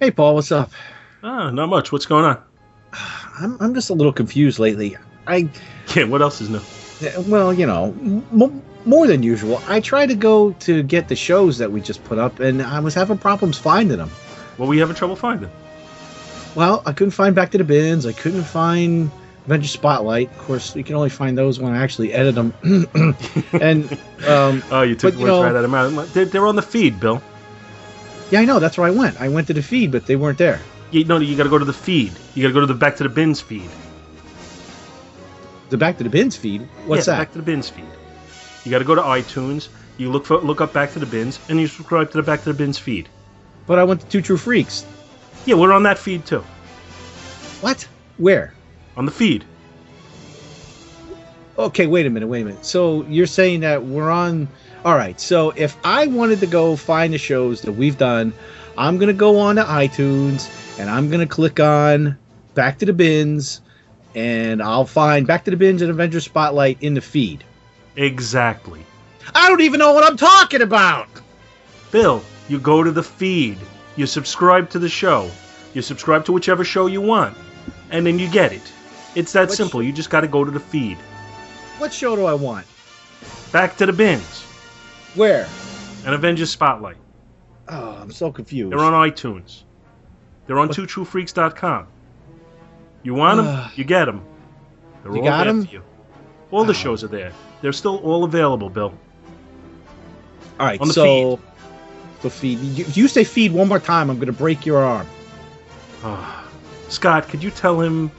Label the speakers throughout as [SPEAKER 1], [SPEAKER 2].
[SPEAKER 1] Hey, Paul, what's up?
[SPEAKER 2] Ah, not much. What's going on?
[SPEAKER 1] I'm, I'm just a little confused lately. I,
[SPEAKER 2] Yeah, what else is new?
[SPEAKER 1] well, you know, m- more than usual. I tried to go to get the shows that we just put up, and I was having problems finding them.
[SPEAKER 2] What were you having trouble finding?
[SPEAKER 1] Well, I couldn't find Back to the Bins. I couldn't find Adventure Spotlight. Of course, you can only find those when I actually edit them. and um,
[SPEAKER 2] Oh, you took
[SPEAKER 1] But, you
[SPEAKER 2] the words
[SPEAKER 1] know-
[SPEAKER 2] right out of my mouth. They're, they're on the feed, Bill.
[SPEAKER 1] yeah, I know. That's where I went. I went to the feed, but they weren't there.
[SPEAKER 2] You know, you got to go to the feed. You got to go to the back to the bins feed.
[SPEAKER 1] The Back to the Bins feed. What's
[SPEAKER 2] yeah, the
[SPEAKER 1] that?
[SPEAKER 2] Back to the bins feed. You got to go to iTunes. You look for look up back to the bins, and you subscribe to the back to the bins feed.
[SPEAKER 1] But I went to Two True Freaks.
[SPEAKER 2] Yeah, we're on that feed too.
[SPEAKER 1] What? Where?
[SPEAKER 2] On the feed.
[SPEAKER 1] Okay, wait a minute, wait a minute. So you're saying that we're on. All right, so if I wanted to go find the shows that we've done, I'm going to go on to iTunes and I'm going to click on Back to the Bins and I'll find Back to the Bins and Avenger Spotlight in the feed.
[SPEAKER 2] Exactly.
[SPEAKER 1] I don't even know what I'm talking about!
[SPEAKER 2] Bill, you go to the feed. You subscribe to the show. You subscribe to whichever show you want, and then you get it. It's that
[SPEAKER 1] Which-
[SPEAKER 2] simple. You just got to go to the feed.
[SPEAKER 1] What show do I want?
[SPEAKER 2] Back to the bins
[SPEAKER 1] Where?
[SPEAKER 2] and Avengers Spotlight.
[SPEAKER 1] Oh, I'm so confused.
[SPEAKER 2] They're on iTunes. They're on
[SPEAKER 1] What-
[SPEAKER 2] twotruefreaks.com. You want them,
[SPEAKER 1] Ugh.
[SPEAKER 2] you get them. They're
[SPEAKER 1] You
[SPEAKER 2] all
[SPEAKER 1] got
[SPEAKER 2] there
[SPEAKER 1] 'em?
[SPEAKER 2] for you. All the
[SPEAKER 1] Oh.
[SPEAKER 2] shows are there. They're still all available, Bill.
[SPEAKER 1] All right,
[SPEAKER 2] on the
[SPEAKER 1] so. The feed. You- If you say feed one more time, I'm going to break your arm.
[SPEAKER 2] Ah. Scott, could you tell him?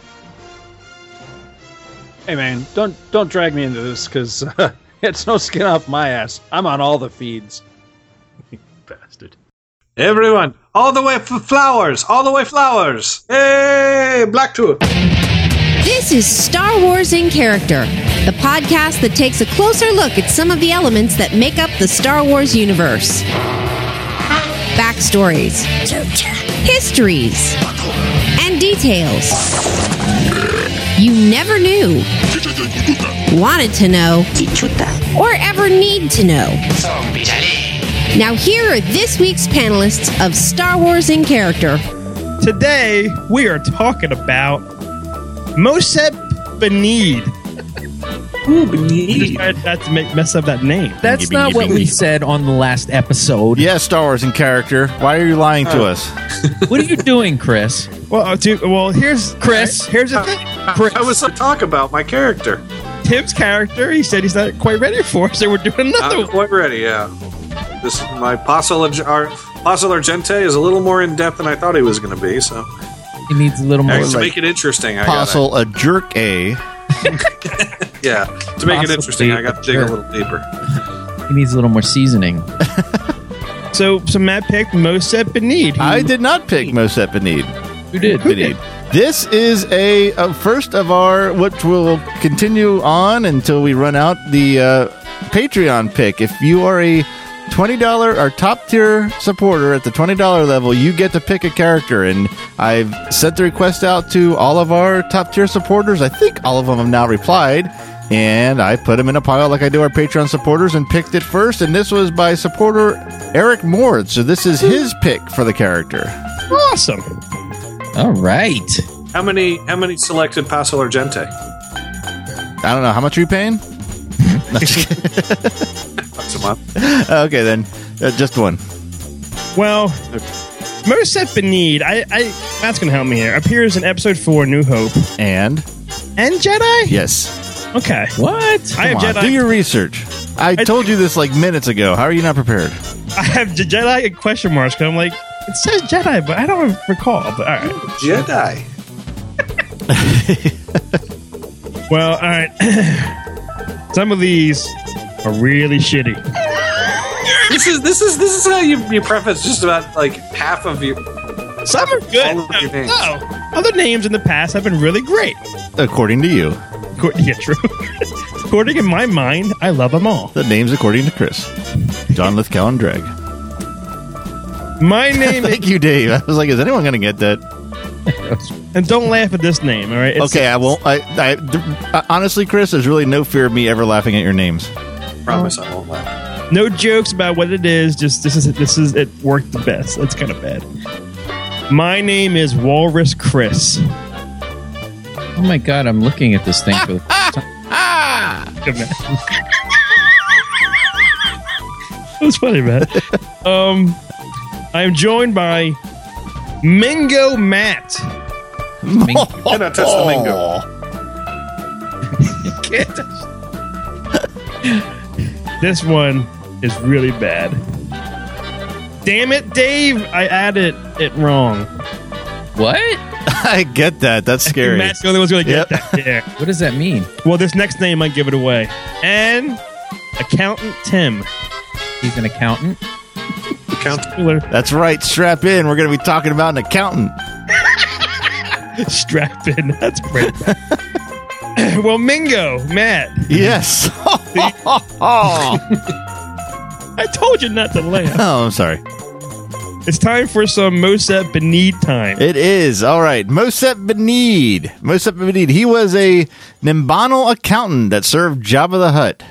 [SPEAKER 3] Hey man, don't don't drag me into this because uh, it's no skin off my ass. I'm on all the feeds.
[SPEAKER 2] Bastard.
[SPEAKER 4] Everyone, all the way for flowers, all the way flowers. Hey, Black Tour.
[SPEAKER 5] This is Star Wars in Character, the podcast that takes a closer look at some of the elements that make up the Star Wars universe. Backstories, histories, and details you never knew, wanted to know, or ever need to know. Now, here are this week's panelists of Star Wars in Character.
[SPEAKER 6] Today, we are talking about Moseb Benid. Just tried not to make, mess up that name.
[SPEAKER 7] That's not what we said on the last episode.
[SPEAKER 8] Yeah, Star Wars in character. Why are you lying to us?
[SPEAKER 7] What are you doing, Chris?
[SPEAKER 6] Well, uh, dude, well, here's
[SPEAKER 7] Chris.
[SPEAKER 6] Here's the thing.
[SPEAKER 7] Chris.
[SPEAKER 4] Uh, I was to talk about my character.
[SPEAKER 6] Tim's character. He said he's not quite ready for us, so we're doing another
[SPEAKER 4] I'm
[SPEAKER 6] one.
[SPEAKER 4] quite ready. Yeah, this my Possel Arg- Ar- Possel Argente is a little more in depth than I thought he was going to be. So
[SPEAKER 7] He needs a little more.
[SPEAKER 4] Hey, to
[SPEAKER 7] like-
[SPEAKER 4] make it interesting, I got
[SPEAKER 8] Apostle, a jerk, a.
[SPEAKER 4] yeah. To make it
[SPEAKER 7] Apostle
[SPEAKER 4] interesting, I got to dig
[SPEAKER 7] Sure.
[SPEAKER 4] a little deeper.
[SPEAKER 7] he needs a little more seasoning.
[SPEAKER 6] So, so Matt picked Moseb Benid. who-
[SPEAKER 8] I did not pick Mosep Benid.
[SPEAKER 7] Who did?
[SPEAKER 8] Benid. This is a, a first of our, which will continue on until we run out the uh, Patreon pick. If you are a $20 or top tier supporter at the $20 level, you get to pick a character. And I've sent the request out to all of our top tier supporters. I think all of them have now replied. And I put them in a pile like I do our Patreon supporters and picked it first. And this was by supporter Eric Mord. So this is his pick for the character.
[SPEAKER 6] awesome.
[SPEAKER 7] All right.
[SPEAKER 4] How many? How many selected Possel Argente?
[SPEAKER 8] I don't know. How much are you paying?
[SPEAKER 4] That's a month.
[SPEAKER 8] okay, then. Uh, just one.
[SPEAKER 6] Well, Moseb Benid. I, I Matt's gonna help me here. Appears in Episode Four, New Hope,
[SPEAKER 8] And?
[SPEAKER 6] and Jedi.
[SPEAKER 8] Yes.
[SPEAKER 6] Okay.
[SPEAKER 7] What?
[SPEAKER 6] I have
[SPEAKER 8] Come on,
[SPEAKER 6] Jedi.
[SPEAKER 8] Do your research. I told you this like minutes ago. How are you not prepared?
[SPEAKER 6] I have J- Jedi in question marks because I'm like, it says Jedi, but I don't recall. But all right.
[SPEAKER 4] Jedi.
[SPEAKER 6] Well, all right. Some of these are really shitty.
[SPEAKER 4] This is this is this is how you, you preface just about like half of your
[SPEAKER 6] Some are good.
[SPEAKER 4] All of your names.
[SPEAKER 6] No, other names in the past have been really great.
[SPEAKER 8] According to you.
[SPEAKER 6] According- Yeah, true. According in my mind, I love them all.
[SPEAKER 8] The name's according to Chris. John Lithgow and Dreg.
[SPEAKER 6] My name is,
[SPEAKER 8] Thank you, Dave. I was like, is anyone going to get that?
[SPEAKER 6] and don't laugh at this name. All right. It's-
[SPEAKER 8] okay, I won't. I, I, th- honestly, Chris, there's really no fear of me ever laughing at your names.
[SPEAKER 4] promise I won't laugh.
[SPEAKER 6] No jokes about what it is. Just this is this is it worked the best. That's kind of bad. My name is Walrus Chris.
[SPEAKER 7] Oh my god, I'm looking at this thing for the first time.
[SPEAKER 6] Good man. That's funny, man. um, I am joined by Mingo Matt.
[SPEAKER 7] Ming-
[SPEAKER 4] Cannot touch the mango.
[SPEAKER 6] This one is really bad. Damn it, Dave! I added it wrong.
[SPEAKER 7] what?
[SPEAKER 8] I get that. That's scary.
[SPEAKER 6] Matt's the only one's going to get that. Yeah.
[SPEAKER 7] What does that mean?
[SPEAKER 6] Well, this next name might give it away. And accountant Tim.
[SPEAKER 7] He's an accountant.
[SPEAKER 8] That's right. Strap in. We're going to be talking about an accountant.
[SPEAKER 6] Strap in. That's pretty bad. well, Mingo, Matt,
[SPEAKER 8] Yes. oh,
[SPEAKER 6] I told you not to laugh.
[SPEAKER 8] I'm sorry.
[SPEAKER 6] It's time for some Moset Benid time.
[SPEAKER 8] It is. All right. Mosep Benid. Mosep Benid. He was a Nimbanal accountant that served Jabba the Hutt.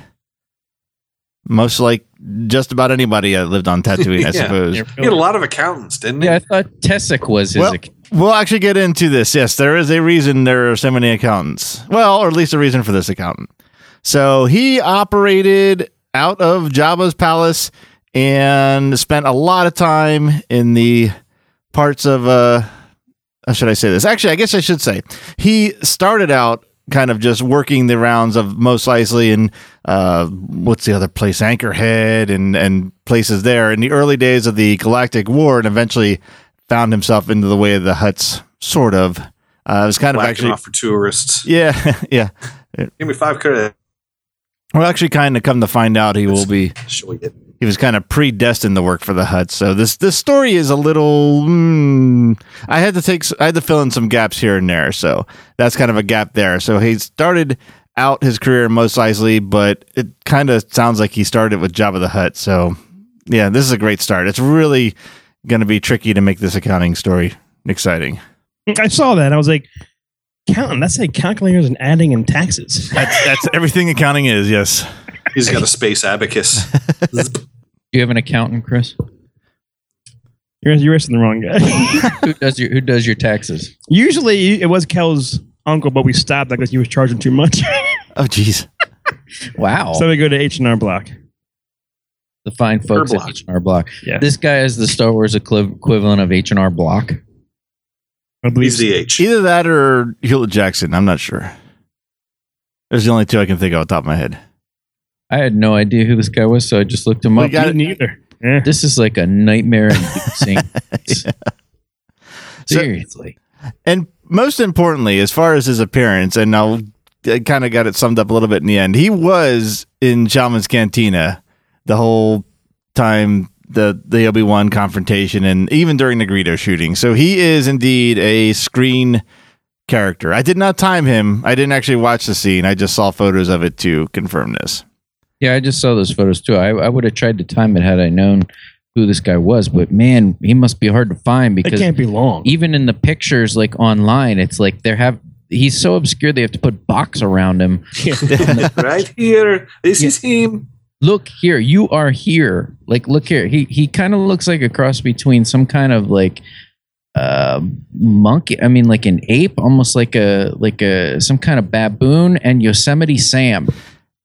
[SPEAKER 8] Most like just about anybody that lived on Tatooine,
[SPEAKER 4] Yeah.
[SPEAKER 8] I suppose.
[SPEAKER 4] He had a lot of accountants, didn't he?
[SPEAKER 7] Yeah, I thought Tessic was his
[SPEAKER 8] Well,
[SPEAKER 7] accountant.
[SPEAKER 8] we'll actually get into this. Yes, there is a reason there are so many accountants. Well, or at least a reason for this accountant. So he operated out of Jabba's palace and spent a lot of time in the parts of uh how should I say this? Actually, I guess I should say he started out kind of just working the rounds of Mos Eisley and uh, what's the other place, Anchorhead and and places there in the early days of the Galactic War, and eventually found himself into the way of the Huts, sort of. Uh, it was kind of
[SPEAKER 4] Whacking
[SPEAKER 8] actually,
[SPEAKER 4] off for tourists.
[SPEAKER 8] yeah, yeah.
[SPEAKER 4] Give me five credits.
[SPEAKER 8] Well, actually, kind of come to find out, he will be.
[SPEAKER 4] Shall we get-
[SPEAKER 8] He was kind of predestined to work for the Hutt. So this this story is a little. Mm, I had to take. s- I had to fill in some gaps here and there. So that's kind of a gap there. So he started out his career in Mos Eisley, but it kind of sounds like he started with Jabba the Hutt. So yeah, this is a great start. It's really going to be tricky to make this accounting story exciting.
[SPEAKER 6] I saw that. I was like, accountant, that's like calculators and adding and taxes.
[SPEAKER 8] That's, that's everything accounting is. Yes.
[SPEAKER 4] He's got a space abacus.
[SPEAKER 7] Do you have an accountant, Chris?
[SPEAKER 6] You're, you're asking the wrong guy.
[SPEAKER 7] who does your Who does your taxes?
[SPEAKER 6] Usually it was Kel's uncle, but we stopped because he was charging too much.
[SPEAKER 8] Oh, jeez.
[SPEAKER 7] Wow,
[SPEAKER 6] so we go to H&R Block.
[SPEAKER 7] the fine folks
[SPEAKER 4] Block.
[SPEAKER 7] at H and R Block.
[SPEAKER 6] Yeah.
[SPEAKER 7] This guy is the Star Wars equi- equivalent of H and R Block.
[SPEAKER 6] I believe
[SPEAKER 4] He's the H.
[SPEAKER 8] Either that or Hewlett Jackson. I'm not sure. There's the only two I can think of off the top of my head.
[SPEAKER 7] I had no idea who this guy was, so I just looked him
[SPEAKER 8] We
[SPEAKER 7] up.
[SPEAKER 8] got it.
[SPEAKER 6] neither. Eh.
[SPEAKER 7] This is like a nightmare inducing. Seriously.
[SPEAKER 8] And most importantly, as far as his appearance, and I'll I kind of got it summed up a little bit in the end. He was in Shaman's Cantina the whole time the the Obi Wan confrontation, and even during the Greedo shooting. So he is indeed a screen character. I did not time him. I didn't actually watch the scene. I just saw photos of it to confirm this.
[SPEAKER 7] yeah, I just saw those photos too. I, I would have tried to time it had I known who this guy was, but man, he must be hard to find
[SPEAKER 6] It
[SPEAKER 7] because
[SPEAKER 6] can't be long.
[SPEAKER 7] even in the pictures, like online, it's like they're have he's so obscure they have to put box around him.
[SPEAKER 4] right here. This is him.
[SPEAKER 7] Look here, you are here. Like look here, he he kind of looks like a cross between some kind of like uh monkey i mean like an ape almost like a like a some kind of baboon and yosemite sam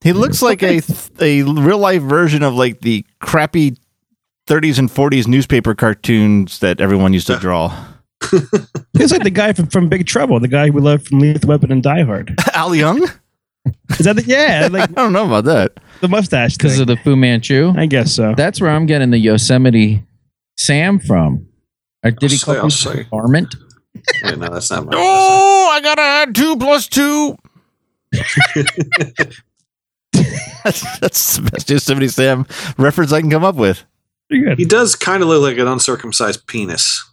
[SPEAKER 8] He looks like a a real life version of like the crappy 30s and 40s newspaper cartoons that everyone used to draw.
[SPEAKER 6] He's like the guy from, from Big Trouble, the guy we love from Lethal Weapon and Die Hard.
[SPEAKER 8] Al Young?
[SPEAKER 6] Is that the, yeah, like
[SPEAKER 8] I don't know about that.
[SPEAKER 6] the mustache
[SPEAKER 7] because
[SPEAKER 6] thing.
[SPEAKER 7] of the fu manchu
[SPEAKER 6] I guess so.
[SPEAKER 7] That's where I'm getting the Yosemite Sam from. Or did he
[SPEAKER 4] I'll say,
[SPEAKER 7] call
[SPEAKER 4] I'll
[SPEAKER 7] him
[SPEAKER 4] say.
[SPEAKER 7] apartment?
[SPEAKER 4] Wait, no, that's not my.
[SPEAKER 8] Oh, I gotta add two plus two. that's, that's the best Yosemite Sam reference I can come up with.
[SPEAKER 6] Pretty good.
[SPEAKER 4] He does kind of look like an uncircumcised penis.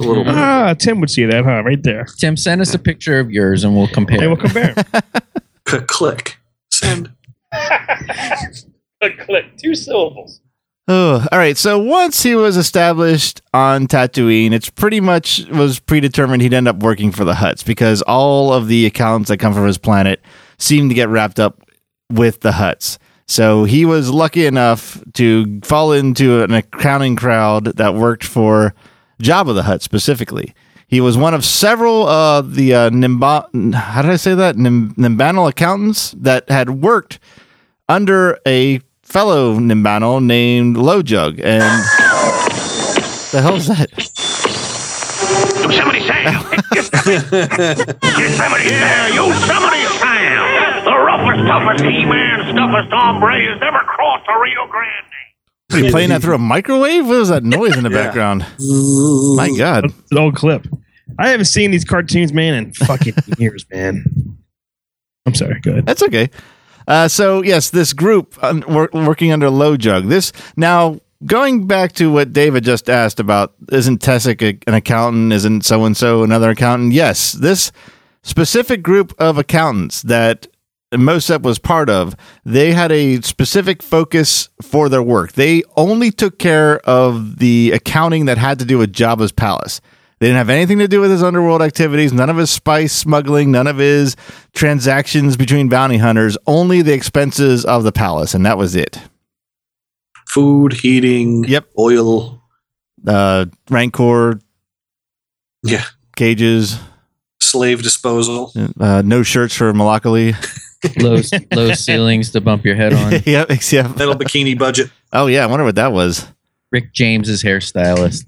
[SPEAKER 4] A little bit.
[SPEAKER 6] Ah, Tim would see that, huh? Right there.
[SPEAKER 7] Tim, send us a picture of yours and we'll compare.
[SPEAKER 6] Hey, we'll compare.
[SPEAKER 4] Click. Send.
[SPEAKER 8] Oh, all right. So once he was established on Tatooine, it's pretty much was predetermined he'd end up working for the Huts because all of the accounts that come from his planet seem to get wrapped up with the Huts. So he was lucky enough to fall into an accounting crowd that worked for Jabba the Hutt specifically. He was one of several uh, the uh, Nimba, how did I say that Nim- Nimbanal accountants that had worked under a fellow Nimbanal named Lojug. And the hell's that?
[SPEAKER 9] Yosemite Sam. Yosemite Sam. Yosemite Sam. The roughest, toughest he-man, stuffest hombre has ever crossed the Rio Grande.
[SPEAKER 8] Are you playing that through a microwave? What was that noise in the background? My God.
[SPEAKER 6] It's an old clip. I haven't seen these cartoons, man, in fucking years, man. I'm sorry. Go ahead.
[SPEAKER 8] That's okay. Uh, so yes, this group um, wor- working under Low Jug. This now going back to what David just asked about. Isn't Tessic a, an accountant? Isn't so and so another accountant? Yes, this specific group of accountants that Mosep was part of. They had a specific focus for their work. They only took care of the accounting that had to do with Jabba's palace. They didn't have anything to do with his underworld activities, none of his spice smuggling, none of his transactions between bounty hunters, only the expenses of the palace, and that was it.
[SPEAKER 4] Food, heating,
[SPEAKER 8] Yep.
[SPEAKER 4] oil.
[SPEAKER 8] Uh, rancor
[SPEAKER 4] Yeah.
[SPEAKER 8] cages,
[SPEAKER 4] Slave disposal.
[SPEAKER 8] uh, no shirts for Malakali.
[SPEAKER 7] low low ceilings to bump your head on.
[SPEAKER 8] yep, yep.
[SPEAKER 4] Little bikini budget.
[SPEAKER 8] Oh yeah, I wonder what that was.
[SPEAKER 7] Rick James's hairstylist.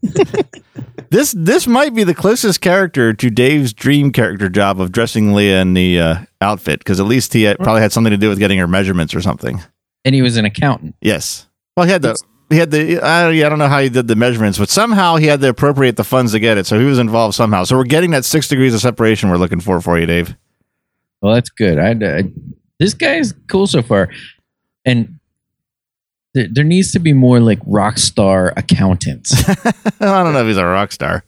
[SPEAKER 8] This this might be the closest character to Dave's dream character job of dressing Leia in the uh, outfit because at least he had, probably had something to do with getting her measurements or something.
[SPEAKER 7] And he was an accountant.
[SPEAKER 8] Yes. Well, he had the he had the I don't, yeah, I don't know how he did the measurements, but somehow he had to appropriate the funds to get it. So he was involved somehow. So we're getting that six degrees of separation we're looking for for you, Dave.
[SPEAKER 7] Well, that's good. I, I this guy's cool so far, and there, there needs to be more like rock star accountants.
[SPEAKER 8] I don't know if he's a rock star.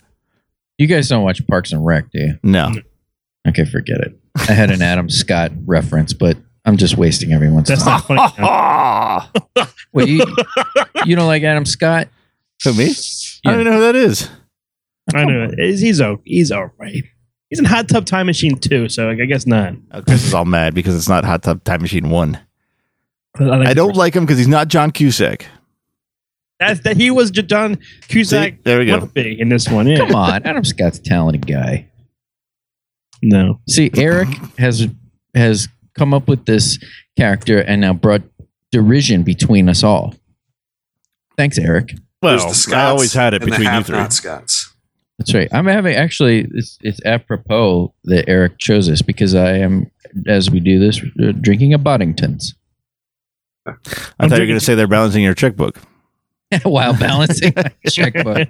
[SPEAKER 7] you guys don't watch Parks and Rec, do you?
[SPEAKER 8] No.
[SPEAKER 7] Okay, forget it. I had an Adam Scott reference, but I'm just wasting everyone's
[SPEAKER 6] That's
[SPEAKER 7] time.
[SPEAKER 6] not funny.
[SPEAKER 7] Wait, you, you don't like Adam Scott?
[SPEAKER 8] Who me? I
[SPEAKER 7] Yeah.
[SPEAKER 8] don't even know who that is.
[SPEAKER 6] I know. He's, he's, all, he's all right. He's in Hot Tub Time Machine too, so I guess not.
[SPEAKER 8] Oh, Chris is all mad because it's not Hot Tub Time Machine One.
[SPEAKER 6] like
[SPEAKER 8] I don't like him because he's not John Cusack.
[SPEAKER 6] That's that he was John Cusack.
[SPEAKER 8] See? There we go.
[SPEAKER 6] wannabe in this one. Yeah.
[SPEAKER 7] Come on, Adam Scott's a talented guy.
[SPEAKER 6] No.
[SPEAKER 7] See, Eric has has come up with this character and now brought derision between us all. Thanks, Eric.
[SPEAKER 4] There's the Scots and the have-not Scots.
[SPEAKER 7] That's right. I'm having actually. It's, it's apropos that Eric chose this because I am, as we do this, uh, drinking a Boddington's
[SPEAKER 8] I thought you were going to say they're balancing your checkbook.
[SPEAKER 7] while balancing my checkbook.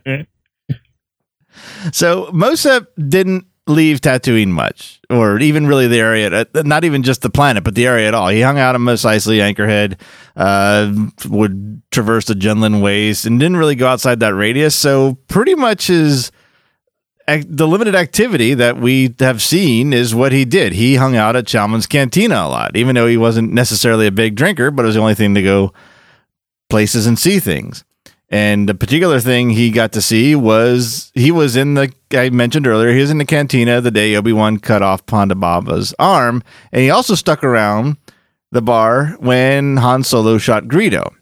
[SPEAKER 8] So Mosep didn't leave Tatooine much, or even really the area, uh, not even just the planet, but the area at all. He hung out in Mos Eisley, Anchorhead, uh, would traverse the Junglin waste, and didn't really go outside that radius. So pretty much his ac- the limited activity that we have seen is what he did. He hung out at Chalmers Cantina a lot, even though he wasn't necessarily a big drinker, but it was the only thing to go places and see things. And the particular thing he got to see was he was in the I mentioned earlier, he was in the cantina the day Obi Wan cut off Ponda Baba's arm, and he also stuck around the bar when Han Solo shot Greedo.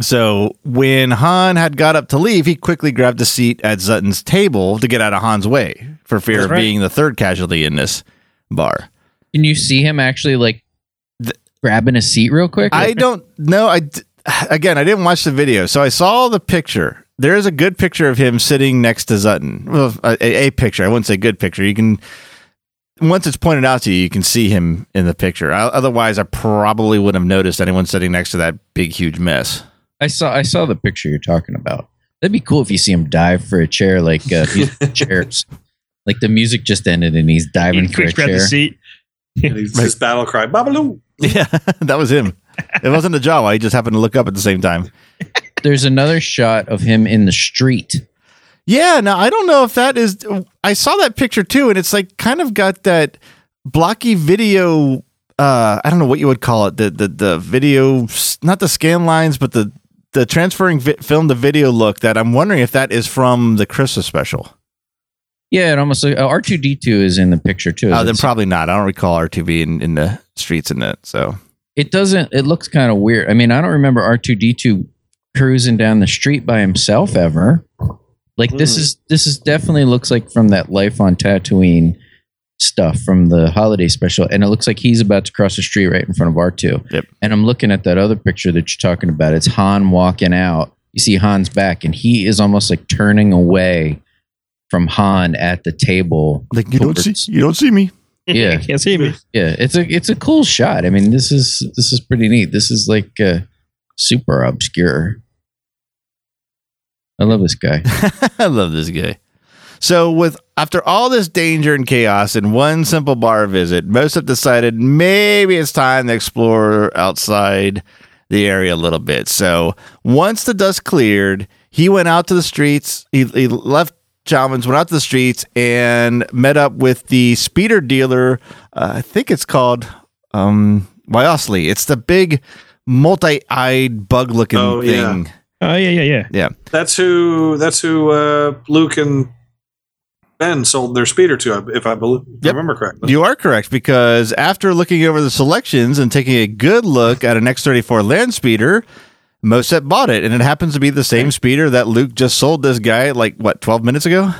[SPEAKER 8] So when Han had got up to leave, he quickly grabbed a seat at Zutton's table to get out of Han's way for fear
[SPEAKER 6] That's
[SPEAKER 8] of
[SPEAKER 6] right.
[SPEAKER 8] being the third casualty in this bar.
[SPEAKER 7] Can you see him actually like grabbing a seat real quick?
[SPEAKER 8] I don't know. I d- again, I didn't watch the video, so I saw the picture. There is a good picture of him sitting next to Zutton. Well, a, a picture. I wouldn't say good picture. You can once it's pointed out to you, you can see him in the picture. O- Otherwise, I probably wouldn't have noticed anyone sitting next to that big, huge mess.
[SPEAKER 7] I saw I saw the picture you're talking about. That'd be cool if you see him dive for a chair, like uh, music chairs. Like the music just ended and he's diving for a
[SPEAKER 6] Quick grab the
[SPEAKER 7] chair.
[SPEAKER 6] seat.
[SPEAKER 4] And he's his battle cry, Babaloo.
[SPEAKER 8] Yeah, that was him. It wasn't a Jawa. He just happened to look up at the same time.
[SPEAKER 7] There's another shot of him in the street.
[SPEAKER 8] Yeah, now I don't know if that is. I saw that picture too, and it's like kind of got that blocky video. Uh, I don't know what you would call it. The the the video, not the scan lines, but the the transferring vi- film to video look. That I'm wondering if that is from the Christmas special.
[SPEAKER 7] Yeah, it almost uh, R two D two is in the picture too.
[SPEAKER 8] Uh, then
[SPEAKER 7] It's-
[SPEAKER 8] probably not. I don't recall RTV in, in the streets in that. So
[SPEAKER 7] it doesn't. It looks kind of weird. I mean, I don't remember R two D two cruising down the street by himself ever. Like this is this is definitely looks like from that Life on Tatooine stuff from the holiday special, and it looks like he's about to cross the street right in front of R two.
[SPEAKER 8] Yep.
[SPEAKER 7] And I'm looking at that other picture that you're talking about. It's Han walking out. You see Han's back, and he is almost like turning away from Han at the table.
[SPEAKER 8] Like you don't see,
[SPEAKER 7] towards-
[SPEAKER 8] you don't see me.
[SPEAKER 7] Yeah.
[SPEAKER 6] Can't see me.
[SPEAKER 7] Yeah, it's a it's a cool shot. I mean, this is this is pretty neat. This is like uh, super obscure. I love this guy.
[SPEAKER 8] I love this guy. So with after all this danger and chaos in one simple bar visit, Mosip decided maybe it's time to explore outside the area a little bit. So once the dust cleared, he went out to the streets. He, he left Chalmers, went out to the streets, and met up with the speeder dealer. Uh, I think it's called um, Wyosley. It's the big multi-eyed bug-looking
[SPEAKER 4] Oh, yeah.
[SPEAKER 8] thing.
[SPEAKER 6] Oh yeah, yeah, yeah.
[SPEAKER 8] Yeah.
[SPEAKER 4] That's who. That's who. Uh, Luke and Ben sold their speeder to, if I believe, if I
[SPEAKER 8] Yep.
[SPEAKER 4] remember correctly.
[SPEAKER 8] You are correct because after looking over the selections and taking a good look at an X34 land speeder, Moset bought it, and it happens to be the same speeder that Luke just sold this guy like what twelve minutes ago.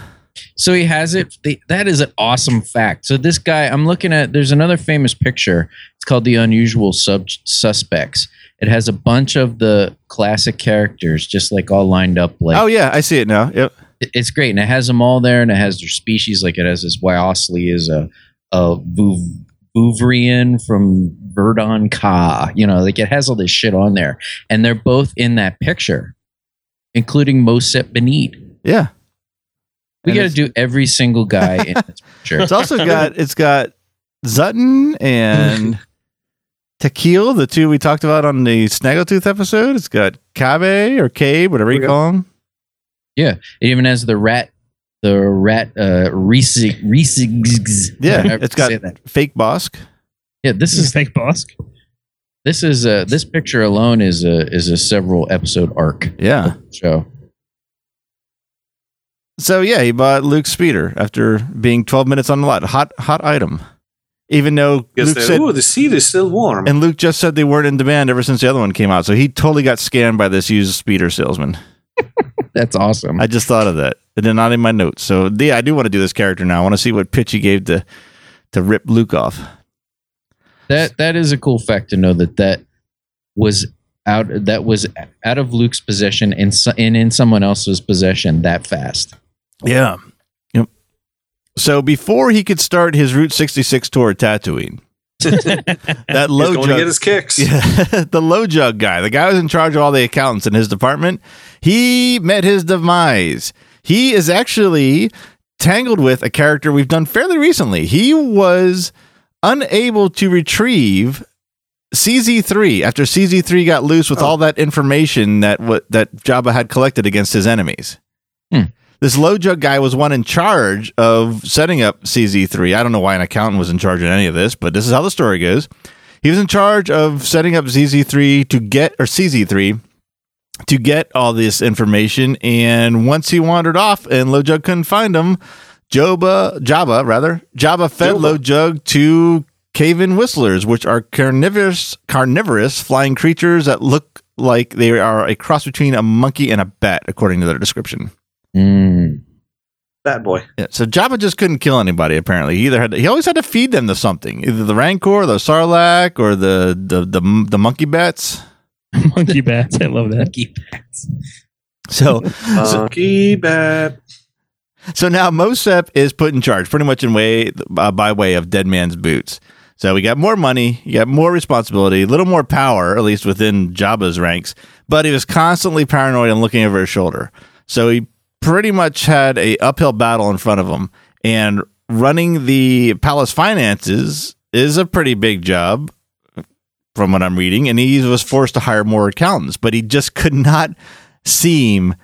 [SPEAKER 7] So he has it. the- That is an awesome fact. So this guy, I'm looking at. There's another famous picture. It's called the Unusual Sub- Suspects. It has a bunch of the classic characters, just like all lined up. Like
[SPEAKER 8] oh yeah, I see it now. Yep.
[SPEAKER 7] it- it's great, and it has them all there, and it has their species. Like it has this Wyosley is a a Buv- Buvrian from Verdon Ka. You know, like it has all this shit on there, and they're both in that picture, including Moset Benit.
[SPEAKER 8] Yeah.
[SPEAKER 7] We
[SPEAKER 8] And
[SPEAKER 7] got to
[SPEAKER 8] it's-
[SPEAKER 7] do every single guy in this picture.
[SPEAKER 8] It's also got it's got Zutton and Tequil, the two we talked about on the Snaggletooth episode. It's got Cabe or Cabe, whatever you call him.
[SPEAKER 7] It even has the rat, the rat, uh, Reese, Reese.
[SPEAKER 8] Yeah,
[SPEAKER 7] However
[SPEAKER 8] it's
[SPEAKER 7] you
[SPEAKER 8] got
[SPEAKER 7] say that.
[SPEAKER 8] fake Bosk.
[SPEAKER 7] Yeah, this is
[SPEAKER 6] fake Bosk.
[SPEAKER 7] this is uh, this picture alone is a is a several episode arc
[SPEAKER 8] Yeah.
[SPEAKER 7] show.
[SPEAKER 8] So yeah, he bought Luke's speeder after being 12 minutes on the lot. Hot, hot item. Even though
[SPEAKER 4] Because
[SPEAKER 8] Luke
[SPEAKER 4] they-
[SPEAKER 8] said,
[SPEAKER 4] ooh, the seat is still warm.
[SPEAKER 8] and Luke just said they weren't in demand ever since the other one came out, so he totally got scammed by this used speeder salesman.
[SPEAKER 7] That's awesome.
[SPEAKER 8] I just thought of that, and then not in my notes. So yeah, I do want to do this character now. I want to see what pitch he gave to to rip Luke off.
[SPEAKER 7] that that is a cool fact to know that that was out that was out of Luke's possession and so- and in someone else's possession that fast.
[SPEAKER 8] Yeah. Yep. So before he could start his Route 66 tour, at Tatooine, that
[SPEAKER 4] He's
[SPEAKER 8] low
[SPEAKER 4] going to
[SPEAKER 8] jug-
[SPEAKER 4] get his kicks.
[SPEAKER 8] Yeah, the low jug guy, the guy who's in charge of all the accountants in his department, he met his demise. He is actually tangled with a character we've done fairly recently. He was unable to retrieve CZ3 after CZ3 got loose
[SPEAKER 4] Oh.
[SPEAKER 8] with all that information that what that Jabba had collected against his enemies.
[SPEAKER 7] Hmm.
[SPEAKER 8] This low jug guy was one in charge of setting up CZ3. I don't know why an accountant was in charge of any of this, but this is how the story goes. He was in charge of setting up ZZ3 to get, or CZ3 to get all this information. And once he wandered off and Low Jug couldn't find him, Joba, Jabba, rather, Jabba fed
[SPEAKER 4] Joba.
[SPEAKER 8] Low Jug to cave in whistlers, which are carnivorous, carnivorous flying creatures that look like they are a cross between a monkey and a bat, according to their description.
[SPEAKER 7] Mm.
[SPEAKER 4] That boy.
[SPEAKER 8] Yeah, so Jabba just couldn't kill anybody. Apparently, he either had to, he always had to feed them to something, either the Rancor, the Sarlacc, or the the the, the monkey bats.
[SPEAKER 6] Monkey bats. I love that.
[SPEAKER 7] Keep that.
[SPEAKER 8] So
[SPEAKER 4] Monkey bat.
[SPEAKER 8] so now Mosep is put in charge, pretty much in way uh, by way of Dead Man's Boots. So we got more money, you got more responsibility, a little more power, at least within Jabba's ranks. But he was constantly paranoid and looking over his shoulder. So he pretty much had a uphill battle in front of him. And running the palace finances is a pretty big job, from what I'm reading. And he was forced to hire more accountants, but he just could not seem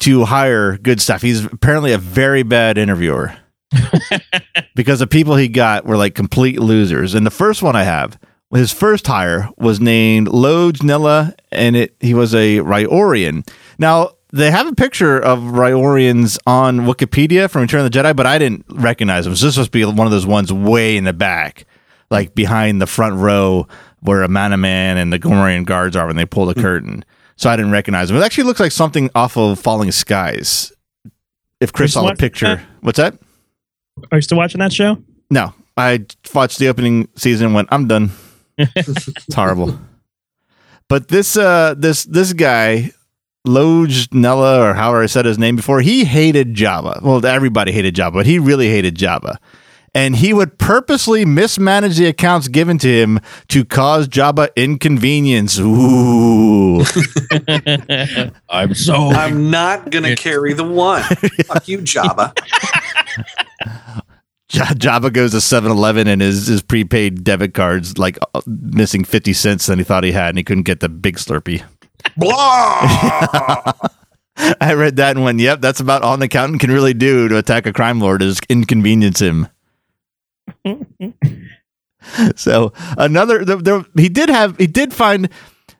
[SPEAKER 8] to hire good stuff. He's apparently a very bad interviewer because the people he got were like complete losers. And the first one I have, his first hire was named Loj Nella, and it he was a Ryorian. Now they have a picture of Ryorians on Wikipedia from Return of the Jedi, but I didn't recognize him. So this must be one of those ones way in the back, like behind the front row where Amana Man and the Gomorian guards are when they pull the curtain. So I didn't recognize him. It actually looks like something off of Falling Skies if Chris
[SPEAKER 6] Just
[SPEAKER 8] saw the
[SPEAKER 6] watch-
[SPEAKER 8] picture. What's that?
[SPEAKER 6] Are you still watching that show?
[SPEAKER 8] No, I watched the opening season. and Went, I'm done. it's horrible. But this uh this this guy Loj Nella or however I said his name before, he hated Java. Well, everybody hated Java, but he really hated Java. And he would purposely mismanage the accounts given to him to cause Java inconvenience. Ooh.
[SPEAKER 7] I'm so
[SPEAKER 4] I'm not gonna carry the one. Fuck you, Jabba.
[SPEAKER 8] J- Java goes to 7-Eleven and his, his prepaid debit cards like uh, missing 50 cents than he thought he had and he couldn't get the big Slurpee.
[SPEAKER 4] Blah.
[SPEAKER 8] I read that and went, yep, that's about all an accountant can really do to attack a crime lord is inconvenience him. so another, there, there, he did have, he did find,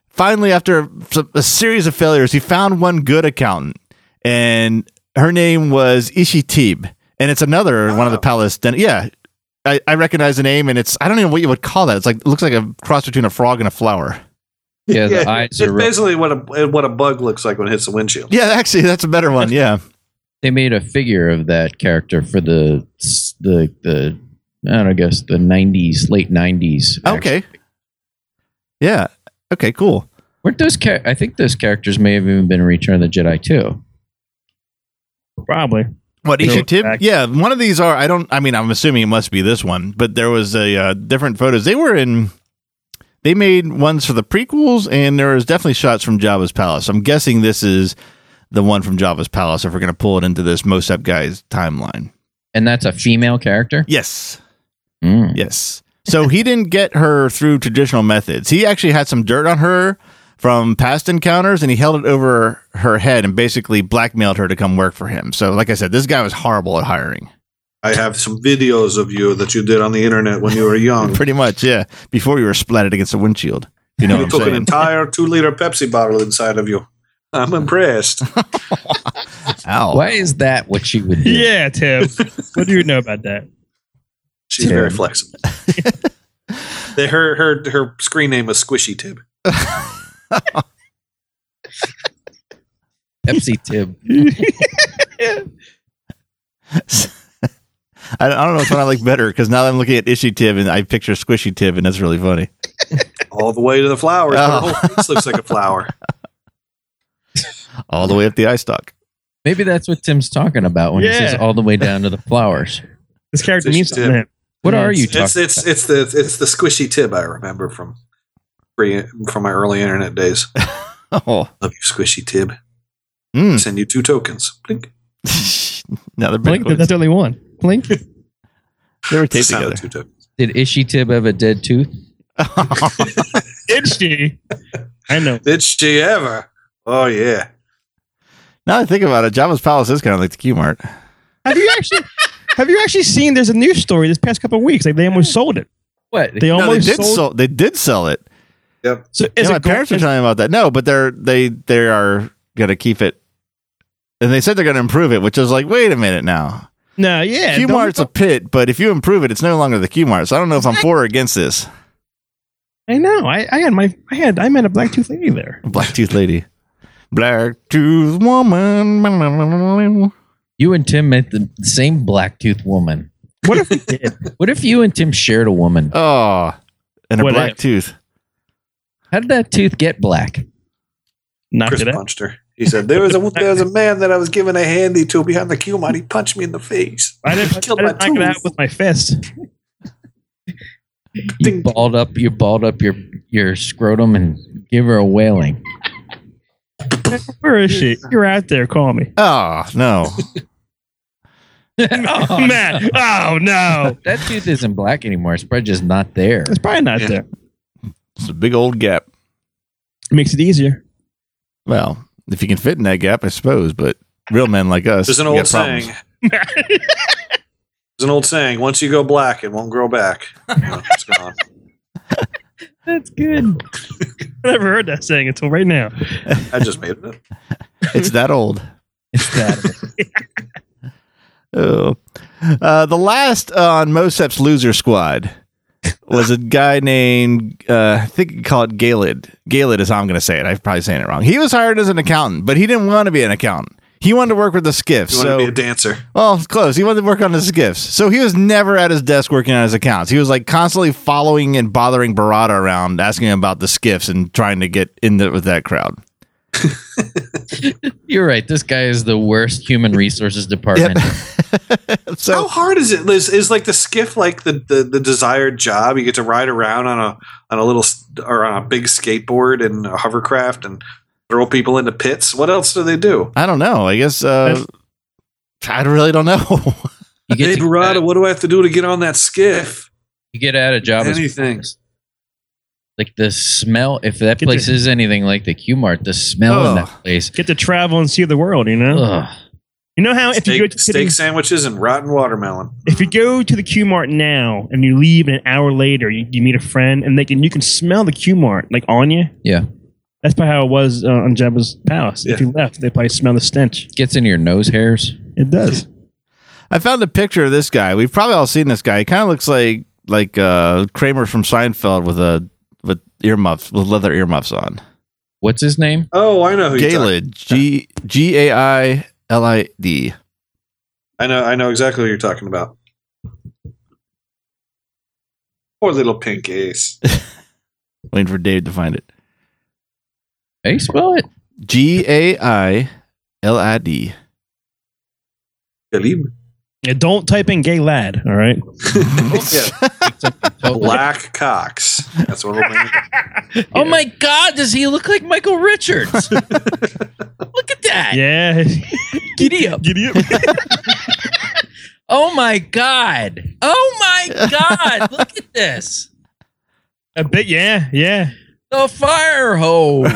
[SPEAKER 8] finally after some- a series of failures, he found one good accountant, and her name was Ishitib, and it's another one of the palace. Den- yeah, I, I recognize the name, and it's I don't even know what you would call that. It's like it looks like a cross between a frog and a flower.
[SPEAKER 7] yeah, the
[SPEAKER 4] Yeah,
[SPEAKER 7] eyes
[SPEAKER 4] it's
[SPEAKER 7] are. ro-
[SPEAKER 4] basically what a what a bug looks like when it hits the windshield.
[SPEAKER 8] Yeah, actually, that's a better one. Yeah.
[SPEAKER 7] They made a figure of that character for the the the I don't know, I guess the '90s, late '90s. actually.
[SPEAKER 8] Okay. Yeah. Okay. Cool.
[SPEAKER 7] weren't those? Char- I think those characters may have even been in Return of the Jedi too.
[SPEAKER 6] Probably.
[SPEAKER 8] What
[SPEAKER 6] Go
[SPEAKER 8] issue tip?
[SPEAKER 6] back.
[SPEAKER 8] Yeah, one of these are. I don't. I mean, I'm assuming it must be this one, but there was a uh, different photos. They were in. They made ones for the prequels, and there was definitely shots from Java's palace. I'm guessing this is the one from Java's palace. If we're going to pull it into this Mosep guy's timeline,
[SPEAKER 7] And that's a female character.
[SPEAKER 8] yes,
[SPEAKER 7] Mm.
[SPEAKER 8] yes. So he didn't get her through traditional methods. He actually had some dirt on her from past encounters, and he held it over her head and basically blackmailed her to come work for him. So, like I said, this guy was horrible at hiring.
[SPEAKER 4] I have some videos of you that you did on the internet when you were young.
[SPEAKER 8] Pretty much, yeah. Before you were splatted against the windshield. You know
[SPEAKER 4] you
[SPEAKER 8] what I'm
[SPEAKER 4] took an
[SPEAKER 8] saying?
[SPEAKER 4] entire two liter Pepsi bottle inside of you. I'm impressed.
[SPEAKER 8] Ow.
[SPEAKER 7] Why is that what she would do?
[SPEAKER 6] Yeah, Tim. what do you know about that?
[SPEAKER 4] She's very flexible. They- her her her screen name was Squishy Tib.
[SPEAKER 7] Pepsi Tib.
[SPEAKER 8] I, don't- I don't know which one I like better because now that I'm looking at Ishy Tib and I picture Squishy Tib, and that's really funny.
[SPEAKER 4] All the way to the flowers.
[SPEAKER 8] Oh.
[SPEAKER 4] Her whole face looks like a flower.
[SPEAKER 8] All the way up the eye stalk.
[SPEAKER 7] Maybe that's what Tim's talking about when he says
[SPEAKER 6] Yeah.
[SPEAKER 7] all the way down to the flowers.
[SPEAKER 6] This character
[SPEAKER 4] It's
[SPEAKER 6] means
[SPEAKER 4] just,
[SPEAKER 6] something.
[SPEAKER 7] What
[SPEAKER 6] Yeah,
[SPEAKER 7] are you talking
[SPEAKER 4] It's it's
[SPEAKER 7] about?
[SPEAKER 4] it's the it's the Squishy Tib I remember from pre, from my early internet days.
[SPEAKER 8] Oh,
[SPEAKER 4] Love you, Squishy Tib.
[SPEAKER 6] Hmm.
[SPEAKER 8] mm.
[SPEAKER 4] Send you two tokens. Blink.
[SPEAKER 8] now they're
[SPEAKER 6] Blink,
[SPEAKER 8] big
[SPEAKER 6] that's only one. Blink.
[SPEAKER 8] They were taped
[SPEAKER 4] Sound
[SPEAKER 8] together.
[SPEAKER 4] of two tokens.
[SPEAKER 7] Did Ishi Tib have a dead tooth?
[SPEAKER 6] Did she? I know.
[SPEAKER 4] Did she ever? Oh yeah.
[SPEAKER 8] now that I think about it, Java's Palace is kind of like the Q Mart.
[SPEAKER 6] Have you actually? Have you actually seen? There's a news story this past couple of weeks. Like they almost sold it.
[SPEAKER 7] What?
[SPEAKER 6] They
[SPEAKER 8] No, they
[SPEAKER 6] almost
[SPEAKER 8] did
[SPEAKER 6] sold.
[SPEAKER 8] sell. They did sell it.
[SPEAKER 6] so
[SPEAKER 8] Yeah,
[SPEAKER 6] is
[SPEAKER 8] my
[SPEAKER 6] it go-
[SPEAKER 8] parents were
[SPEAKER 6] is-
[SPEAKER 8] telling me about that. No, but they're they they are gonna keep it, and they said they're gonna improve it, which is like, wait a minute now.
[SPEAKER 6] No, yeah.
[SPEAKER 8] Q
[SPEAKER 6] don't-
[SPEAKER 8] Mart's a pit, but if you improve it, it's no longer the Q Mart. So I don't know if I'm for or against this.
[SPEAKER 6] I know. I, I had my. I had. I met a black tooth lady there.
[SPEAKER 8] Black Tooth Lady. Black Tooth Woman.
[SPEAKER 7] You and Tim met the same black tooth woman.
[SPEAKER 6] What if we did?
[SPEAKER 7] What if you and Tim shared a woman?
[SPEAKER 8] Oh, and a
[SPEAKER 6] What
[SPEAKER 8] black
[SPEAKER 6] if?
[SPEAKER 8] tooth.
[SPEAKER 7] How did that tooth get black?
[SPEAKER 6] Knocked
[SPEAKER 4] Chris
[SPEAKER 6] it out.
[SPEAKER 4] punched her. He said, "There was a there was a man that I was giving a handy to behind the queue, man. He punched me in the face.
[SPEAKER 6] I didn't, I
[SPEAKER 4] Killed
[SPEAKER 6] didn't
[SPEAKER 4] my
[SPEAKER 6] knock it
[SPEAKER 4] tooth.
[SPEAKER 6] out with my fist.
[SPEAKER 7] You balled up. You balled up your your scrotum and give her a wailing.
[SPEAKER 6] Where is she? You're out there. Call me.
[SPEAKER 8] Oh, no.
[SPEAKER 7] Oh,
[SPEAKER 6] Matt. Oh no.
[SPEAKER 7] that tooth isn't black anymore. It's probably just not there.
[SPEAKER 6] It's probably not
[SPEAKER 4] Yeah.
[SPEAKER 6] there.
[SPEAKER 8] it's a big old gap.
[SPEAKER 6] Makes it easier.
[SPEAKER 8] Well, if you can fit in that gap, I suppose, but real men like us.
[SPEAKER 4] There's an
[SPEAKER 8] we
[SPEAKER 4] old
[SPEAKER 8] got problems.
[SPEAKER 4] saying. There's an old saying. Once you go black, it won't grow back. You know, it's gone.
[SPEAKER 6] That's good. I never heard that saying until right now.
[SPEAKER 4] I just made it. up.
[SPEAKER 8] It's that old.
[SPEAKER 7] It's that.
[SPEAKER 8] Oh. Uh, the last on Mosep's loser squad was a guy named, uh, I think you call it Galid. Galid is how I'm going to say it. I'm probably saying it wrong. He was hired as an accountant, but he didn't want to be an accountant. He wanted to work with the skiffs.
[SPEAKER 4] You want to
[SPEAKER 8] so
[SPEAKER 4] be a dancer?
[SPEAKER 8] well, close. He wanted to work on his gifts. So he was never at his desk working on his accounts. He was like constantly following and bothering Barada around, asking him about the skiffs and trying to get in the, with that crowd.
[SPEAKER 7] You're right. This guy is the worst human resources department.
[SPEAKER 8] So
[SPEAKER 4] How hard is it? Is, is like the skiff like the, the, the desired job? You get to ride around on a on a little s- or on a big skateboard and a hovercraft and throw people into pits. What else do they do?
[SPEAKER 8] I don't know. I guess uh, I really don't know.
[SPEAKER 7] You
[SPEAKER 4] Hey
[SPEAKER 7] get, to,
[SPEAKER 4] Barada, what do I have to do to get on that skiff?
[SPEAKER 7] you get out of job. as-
[SPEAKER 4] Anything.
[SPEAKER 7] like the smell. If that
[SPEAKER 6] Get
[SPEAKER 7] place
[SPEAKER 6] your- Oh.
[SPEAKER 7] is anything like the Q Mart, the smell in
[SPEAKER 8] Ugh.
[SPEAKER 7] that place.
[SPEAKER 6] Get to travel and see the world, you know?
[SPEAKER 7] Ugh.
[SPEAKER 6] You know how if you go
[SPEAKER 4] Steak,
[SPEAKER 6] to the,
[SPEAKER 4] steak sandwiches and rotten watermelon.
[SPEAKER 6] if you go to the Q Mart now and you leave an hour later, you, you meet a friend and they can you can smell the Q Mart like on you.
[SPEAKER 7] Yeah.
[SPEAKER 6] That's probably how it was uh, on Jabba's palace. If
[SPEAKER 4] Yeah.
[SPEAKER 6] you left, they probably smell the stench.
[SPEAKER 7] Gets into your nose hairs.
[SPEAKER 6] It does.
[SPEAKER 8] I found a picture of this guy. We've probably all seen this guy. He kind of looks like like uh, Kramer from Seinfeld with a with earmuffs with leather earmuffs on.
[SPEAKER 7] What's his name?
[SPEAKER 4] Oh, I know who you're talking.
[SPEAKER 8] Galid G G A I L I D.
[SPEAKER 4] I know I know exactly who you're talking about. Poor little pink ace.
[SPEAKER 8] Waiting for Dave to find it.
[SPEAKER 7] How you spell it?
[SPEAKER 8] G A I L I D.
[SPEAKER 4] Galib.
[SPEAKER 6] Yeah, don't type in gay lad, all right?
[SPEAKER 4] Black Cox. That's what it'll be.
[SPEAKER 7] Oh my God! Does he look like Michael Richards? look at that!
[SPEAKER 6] Yeah.
[SPEAKER 7] Giddy up!
[SPEAKER 6] Giddy up.
[SPEAKER 7] Oh my God! Oh my God! look at this!
[SPEAKER 6] a bit, yeah, yeah.
[SPEAKER 7] The fire hose.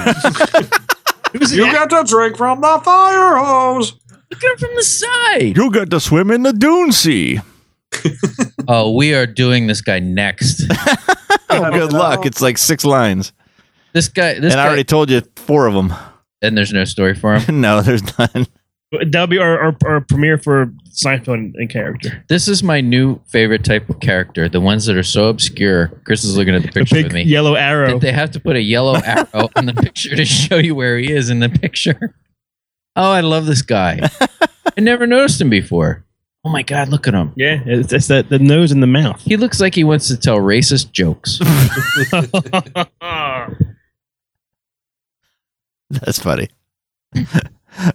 [SPEAKER 4] You got to drink from the fire hose.
[SPEAKER 7] look at him from the side.
[SPEAKER 8] You got to swim in the Dune Sea.
[SPEAKER 7] Oh, we are doing this guy next.
[SPEAKER 8] Oh, good luck. It's like six lines.
[SPEAKER 7] This guy. This
[SPEAKER 8] and
[SPEAKER 7] guy.
[SPEAKER 8] I already told you four of them.
[SPEAKER 7] and there's no story for him.
[SPEAKER 8] no, there's none.
[SPEAKER 6] That'll be our, our, our premiere for Seinfeld in character.
[SPEAKER 7] This is my new favorite type of character. The ones that are so obscure. Chris is looking at the picture
[SPEAKER 6] a big
[SPEAKER 7] with me.
[SPEAKER 6] yellow arrow.
[SPEAKER 7] That they have to put a yellow arrow on the picture to show you where he is in the picture. Oh, I love this guy. I never noticed him before. Oh my God, look at him.
[SPEAKER 6] Yeah, it's, it's that the nose and the mouth.
[SPEAKER 7] He looks like he wants to tell racist jokes.
[SPEAKER 8] That's funny.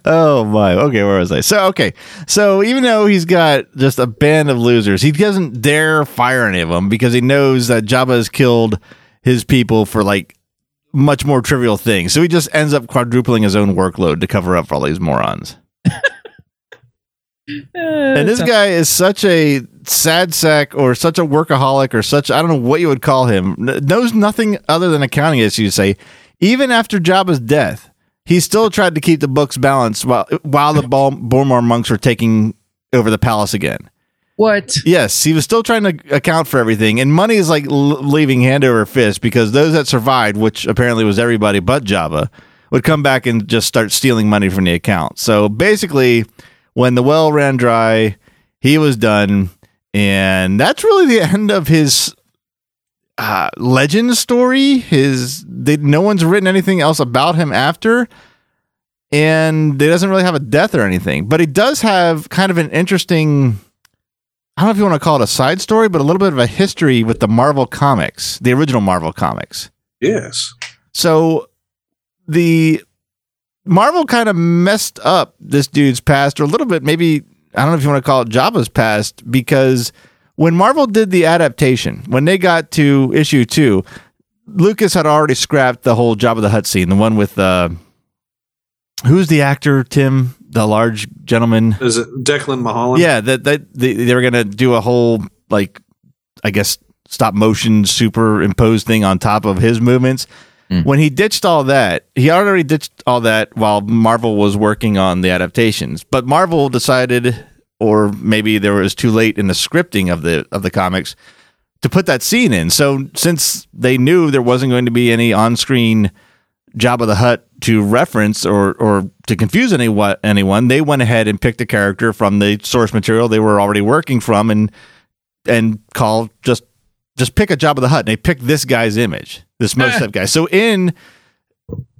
[SPEAKER 8] oh my. Okay, where was I? So okay. So even though he's got just a band of losers, he doesn't dare fire any of them because he knows that Jabba has killed his people for like much more trivial things. So he just ends up quadrupling his own workload to cover up for all these morons. and this guy is such a sad sack or such a workaholic or such I don't know what you would call him. N- knows nothing other than accounting as you say. Even after Jabba's death, he still tried to keep the books balanced while while the Bal- Bormar monks were taking over the palace again.
[SPEAKER 7] What?
[SPEAKER 8] Yes, he was still trying to account for everything, and money is like l- leaving hand over fist because those that survived, which apparently was everybody but Jabba, would come back and just start stealing money from the account. So basically, when the well ran dry, he was done, and that's really the end of his uh, legend story. His they, no one's written anything else about him after and he doesn't really have a death or anything, but he does have kind of an interesting. I don't know if you want to call it a side story, but a little bit of a history with the Marvel comics, the original Marvel comics.
[SPEAKER 4] Yes.
[SPEAKER 8] So the Marvel kind of messed up this dude's past, or a little bit, maybe I don't know if you want to call it Jabba's past, because when Marvel did the adaptation, when they got to issue two, Lucas had already scrapped the whole Jabba the Hutt scene, the one with uh, who's the actor, Tim, the large gentleman.
[SPEAKER 4] Is it Declan Mulholland?
[SPEAKER 8] Yeah, that that they, they were gonna do a whole like, I guess stop motion superimposed thing on top of his movements. When he ditched all that, he already ditched all that while Marvel was working on the adaptations. But Marvel decided, or maybe there was too late in the scripting of the of the comics to put that scene in. So since they knew there wasn't going to be any on screen Jabba the Hutt to reference or or to confuse anyone anyone, they went ahead and picked a character from the source material they were already working from and and called just just pick a Jabba the Hutt. And they picked this guy's image, this most guy's guy. So in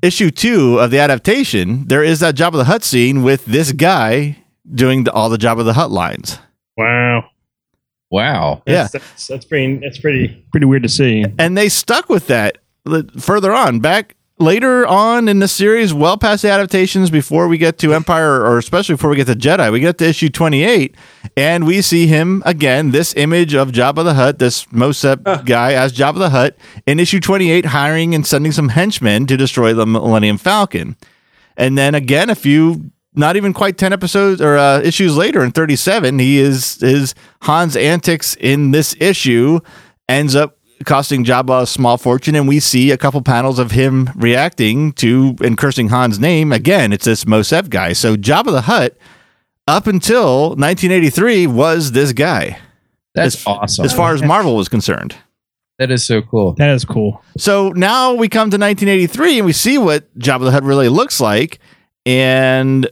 [SPEAKER 8] issue two of the adaptation, there is that Job of the Hut scene with this guy doing the, all the Job of the Hut lines.
[SPEAKER 6] Wow.
[SPEAKER 7] Wow.
[SPEAKER 8] Yeah.
[SPEAKER 6] That's, that's, that's pretty. That's pretty. Pretty weird to see.
[SPEAKER 8] and they stuck with that li- further on back later on in the series well past the adaptations before we get to empire or especially before we get to jedi we get to issue 28 and we see him again this image of jabba the hutt this mosep guy as jabba the hutt in issue 28 hiring and sending some henchmen to destroy the millennium falcon and then again a few not even quite 10 episodes or uh, issues later in 37 he is his hans antics in this issue ends up costing jabba a small fortune and we see a couple panels of him reacting to and cursing han's name again it's this mosef guy so jabba the hutt up until 1983 was this guy
[SPEAKER 7] That's
[SPEAKER 8] as,
[SPEAKER 7] awesome.
[SPEAKER 8] as far as marvel was concerned
[SPEAKER 7] that is so cool.
[SPEAKER 6] That is cool.
[SPEAKER 8] so now we come to 1983 and we see what Jabba the Hutt really looks like. And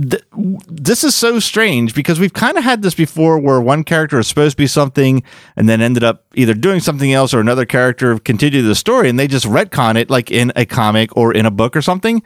[SPEAKER 8] th- this is so strange because we've kind of had this before where one character is supposed to be something and then ended up either doing something else or another character continued the story and they just retcon it like in a comic or in a book or something.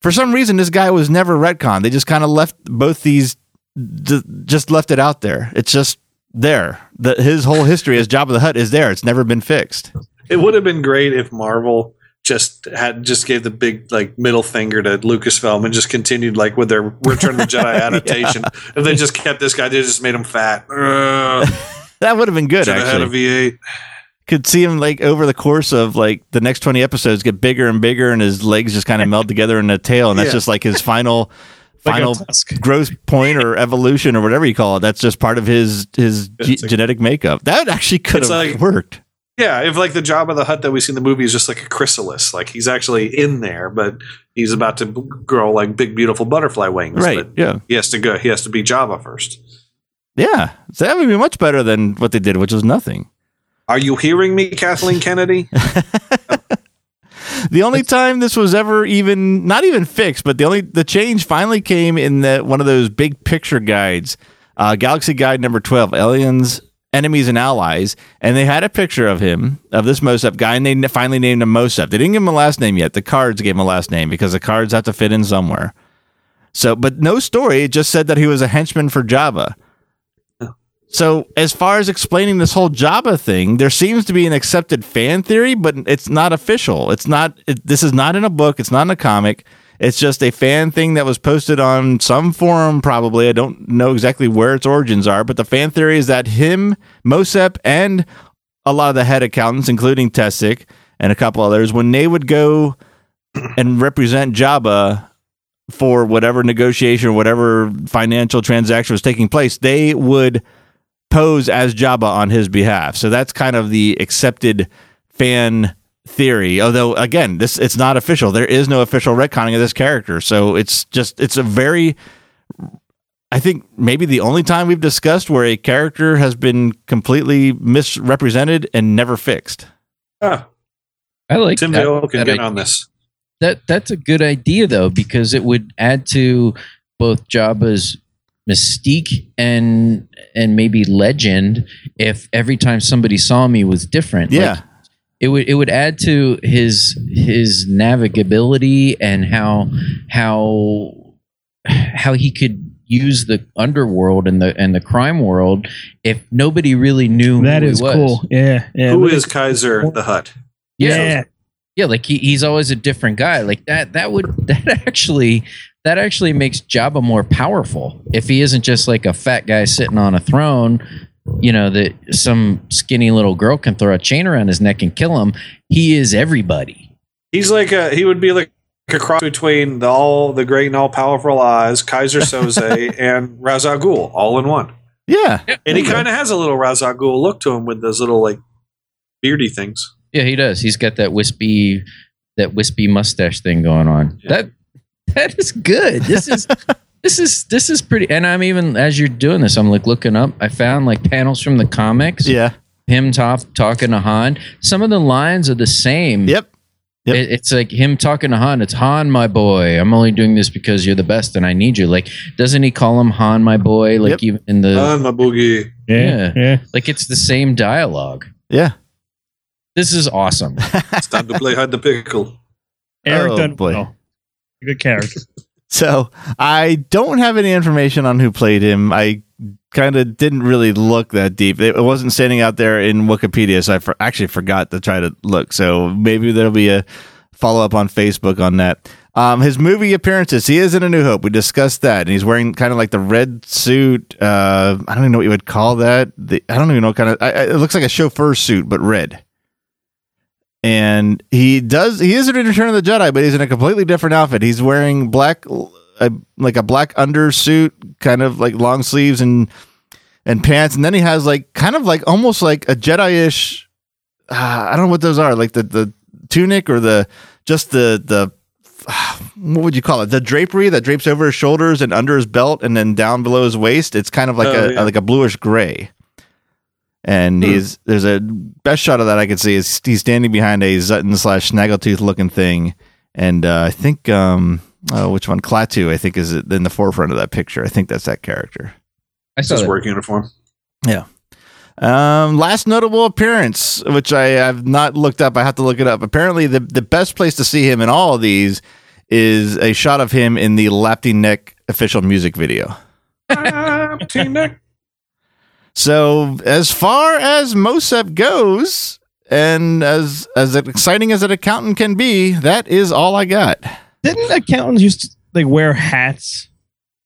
[SPEAKER 8] For some reason, this guy was never retcon. They just kind of left both these, d- just left it out there. It's just there. The, his whole history as Jabba the Hutt is there. It's never been fixed.
[SPEAKER 4] It would have been great if Marvel just had just gave the big like middle finger to Lucasfilm and just continued like with their Return of the Jedi adaptation. If they just kept this guy, they just made him fat. Ugh,
[SPEAKER 8] That would have been good.
[SPEAKER 4] Should have had a
[SPEAKER 8] Actually,
[SPEAKER 4] V8.
[SPEAKER 8] could see him like over the course of like the next twenty episodes get bigger and bigger, and his legs just kind of meld together in a tail, and that's
[SPEAKER 4] Yeah.
[SPEAKER 8] just like his final, final
[SPEAKER 6] tusk.
[SPEAKER 8] growth point or evolution or whatever you call it. That's just part of his his ge-
[SPEAKER 4] It's like-
[SPEAKER 8] genetic makeup. That actually could
[SPEAKER 4] It's
[SPEAKER 8] have
[SPEAKER 4] like-
[SPEAKER 8] worked.
[SPEAKER 4] Yeah, if like the job of the hut that we see in the movie is just like a chrysalis, like he's actually in there, but he's about to b- grow like big, beautiful butterfly wings.
[SPEAKER 8] Right?
[SPEAKER 4] But
[SPEAKER 8] Yeah.
[SPEAKER 4] he has to go. He has to be Java first.
[SPEAKER 8] Yeah. So that would be much better than what they did, which was nothing.
[SPEAKER 4] Are you hearing me, Kathleen Kennedy?
[SPEAKER 8] The only time this was ever even not even fixed, but the only the change finally came in the one of those big picture guides, uh, Galaxy Guide number twelve, aliens, enemies, and allies, and they had a picture of him of this Mosep guy, and they n- finally named him Mosep. They didn't give him a last name yet. The cards gave him a last name because the cards have to fit in somewhere. So, but no story. It just said that he was a henchman for Java. So, as far as explaining this whole Jabba thing, there seems to be an accepted fan theory, but it's not official. It's not. It, this is not in a book. It's not in a comic. It's just a fan thing that was posted on some forum, probably. I don't know exactly where its origins are, but the fan theory is that him, Mosep, and a lot of the head accountants, including Tessic and a couple others, when they would go and represent Jabba for whatever negotiation or whatever financial transaction was taking place, they would pose as Jabba on his behalf. So that's kind of the accepted fan theory. Although again, this it's not official. There is no official retconning of this character. So it's just it's a very I think maybe the only time we've discussed where a character has been completely misrepresented and never fixed.
[SPEAKER 4] Ah,
[SPEAKER 7] I like
[SPEAKER 4] Tim
[SPEAKER 7] that,
[SPEAKER 4] Dillon can
[SPEAKER 7] that
[SPEAKER 4] get
[SPEAKER 7] idea.
[SPEAKER 4] on this.
[SPEAKER 7] that that's a good idea though because it would add to both Jabba's mystique and and maybe legend if every time somebody saw me was different. Like,
[SPEAKER 8] Yeah.
[SPEAKER 7] it would it would add to his his navigability and how how how he could use the underworld and the and the crime world if nobody really knew
[SPEAKER 6] That
[SPEAKER 7] who he
[SPEAKER 6] is
[SPEAKER 7] was.
[SPEAKER 6] cool. Yeah. Yeah.
[SPEAKER 4] Who
[SPEAKER 6] Look
[SPEAKER 4] is
[SPEAKER 6] at-
[SPEAKER 4] Kaiser the Hut?
[SPEAKER 7] Yeah.
[SPEAKER 6] Yeah.
[SPEAKER 7] Yeah, like he, he's always a different guy. Like that that would that actually that actually makes Jabba more powerful if he isn't just like a fat guy sitting on a throne. You know that some skinny little girl can throw a chain around his neck and kill him. He is everybody.
[SPEAKER 4] He's like a he would be like a cross between the all the great and all powerful Oz, Kaiser Soze, and Ra's al Ghul, all in one.
[SPEAKER 8] Yeah.
[SPEAKER 4] And he kind of has a little Ra's al Ghul look to him with those little like beardy things.
[SPEAKER 7] Yeah, he does. He's got that wispy that wispy mustache thing going on.
[SPEAKER 4] Yeah.
[SPEAKER 7] That that is good. This is this is this is pretty and I'm even as you're doing this, I'm like looking up. I found like panels from the comics.
[SPEAKER 8] Yeah.
[SPEAKER 7] him talk, talking to Han. Some of the lines are the same.
[SPEAKER 8] Yep. yep.
[SPEAKER 7] It- it's like him talking to Han. It's Han, my boy. I'm only doing this because you're the best and I need you. Like, doesn't he call him Han, my boy? Like,
[SPEAKER 8] Yep.
[SPEAKER 7] even in the
[SPEAKER 4] On my boogie.
[SPEAKER 6] Yeah.
[SPEAKER 7] Yeah.
[SPEAKER 6] Yeah.
[SPEAKER 7] like, it's the same dialogue.
[SPEAKER 8] Yeah.
[SPEAKER 7] This is awesome.
[SPEAKER 4] It's time to play hide the pickle.
[SPEAKER 6] Eric
[SPEAKER 8] Oh,
[SPEAKER 6] Dunwell.
[SPEAKER 8] boy.
[SPEAKER 6] Good character.
[SPEAKER 8] So I don't have any information on who played him. I kind of didn't really look that deep. It wasn't standing out there in Wikipedia, so I for- actually forgot to try to look. So maybe there'll be a follow up on Facebook on that. Um, his movie appearances. He is in A New Hope. We discussed that, and he's wearing kind of like the red suit. Uh, I don't even know what you would call that. The, I don't even know what kind of. I, I- it looks like a chauffeur suit, but red and he does he is in Return of the Jedi, but he's in a completely different outfit. He's wearing black, uh, like a black undersuit, kind of like long sleeves and and pants, and then he has like kind of like almost like a Jedi-ish. Uh, I don't know what those are, like the the tunic or the just the the what would you call it? The drapery that drapes over his shoulders and under his belt, and then down below his waist. It's kind of like
[SPEAKER 4] Oh,
[SPEAKER 8] a
[SPEAKER 4] yeah. Hmm.
[SPEAKER 8] like a bluish gray and he's there's a best shot of that I could see is he's standing behind a Zutton slash Snaggletooth looking thing, and uh, I think um oh, which one Klaatu I think is in the forefront of that picture. I think that's that character.
[SPEAKER 7] I saw
[SPEAKER 4] His
[SPEAKER 7] that.
[SPEAKER 4] work uniform.
[SPEAKER 8] Yeah. Um, last notable appearance, which I have not looked up. I have to look it up. Apparently, the the best place to see him in all of these is a shot of him in the Lapty Neck official music video. So as far as Mosep goes, and as as exciting as an accountant can be, that is all I got.
[SPEAKER 6] Didn't accountants used to like wear hats?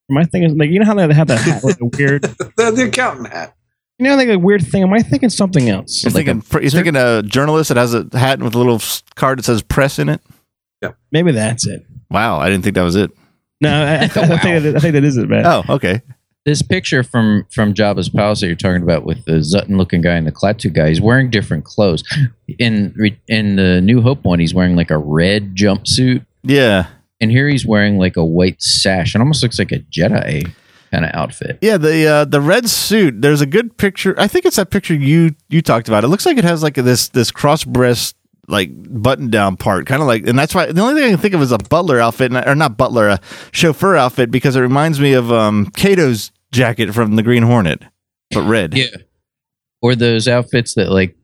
[SPEAKER 6] My thing is like you know how they have that hat with the weird
[SPEAKER 4] The, the accountant hat.
[SPEAKER 6] you know like a weird thing. Am I thinking something else?
[SPEAKER 8] You're thinking a, you're thinking a journalist that has a hat with a little s- card that says press in it.
[SPEAKER 6] Maybe that's it.
[SPEAKER 8] Wow, I didn't think that was it.
[SPEAKER 6] No, I, I, th- I think that, I think that is it, man.
[SPEAKER 8] Oh, okay.
[SPEAKER 7] This picture from from Jabba's palace that you're talking about with the Zutton looking guy and the Klaatu guy, he's wearing different clothes. In re- in the New Hope one, he's wearing like a red jumpsuit,
[SPEAKER 8] Yeah,
[SPEAKER 7] and here he's wearing like a white sash. It almost looks like a Jedi kind of outfit.
[SPEAKER 8] yeah. The uh, the red suit. There's a good picture. I think it's that picture you you talked about. It looks like it has like this this cross breast like button down part, kind of like. And that's why the only thing I can think of is a butler outfit, and I- or not butler, a chauffeur outfit, because it reminds me of um Kato's jacket from the Green Hornet, but red.
[SPEAKER 7] Yeah. Or those outfits that like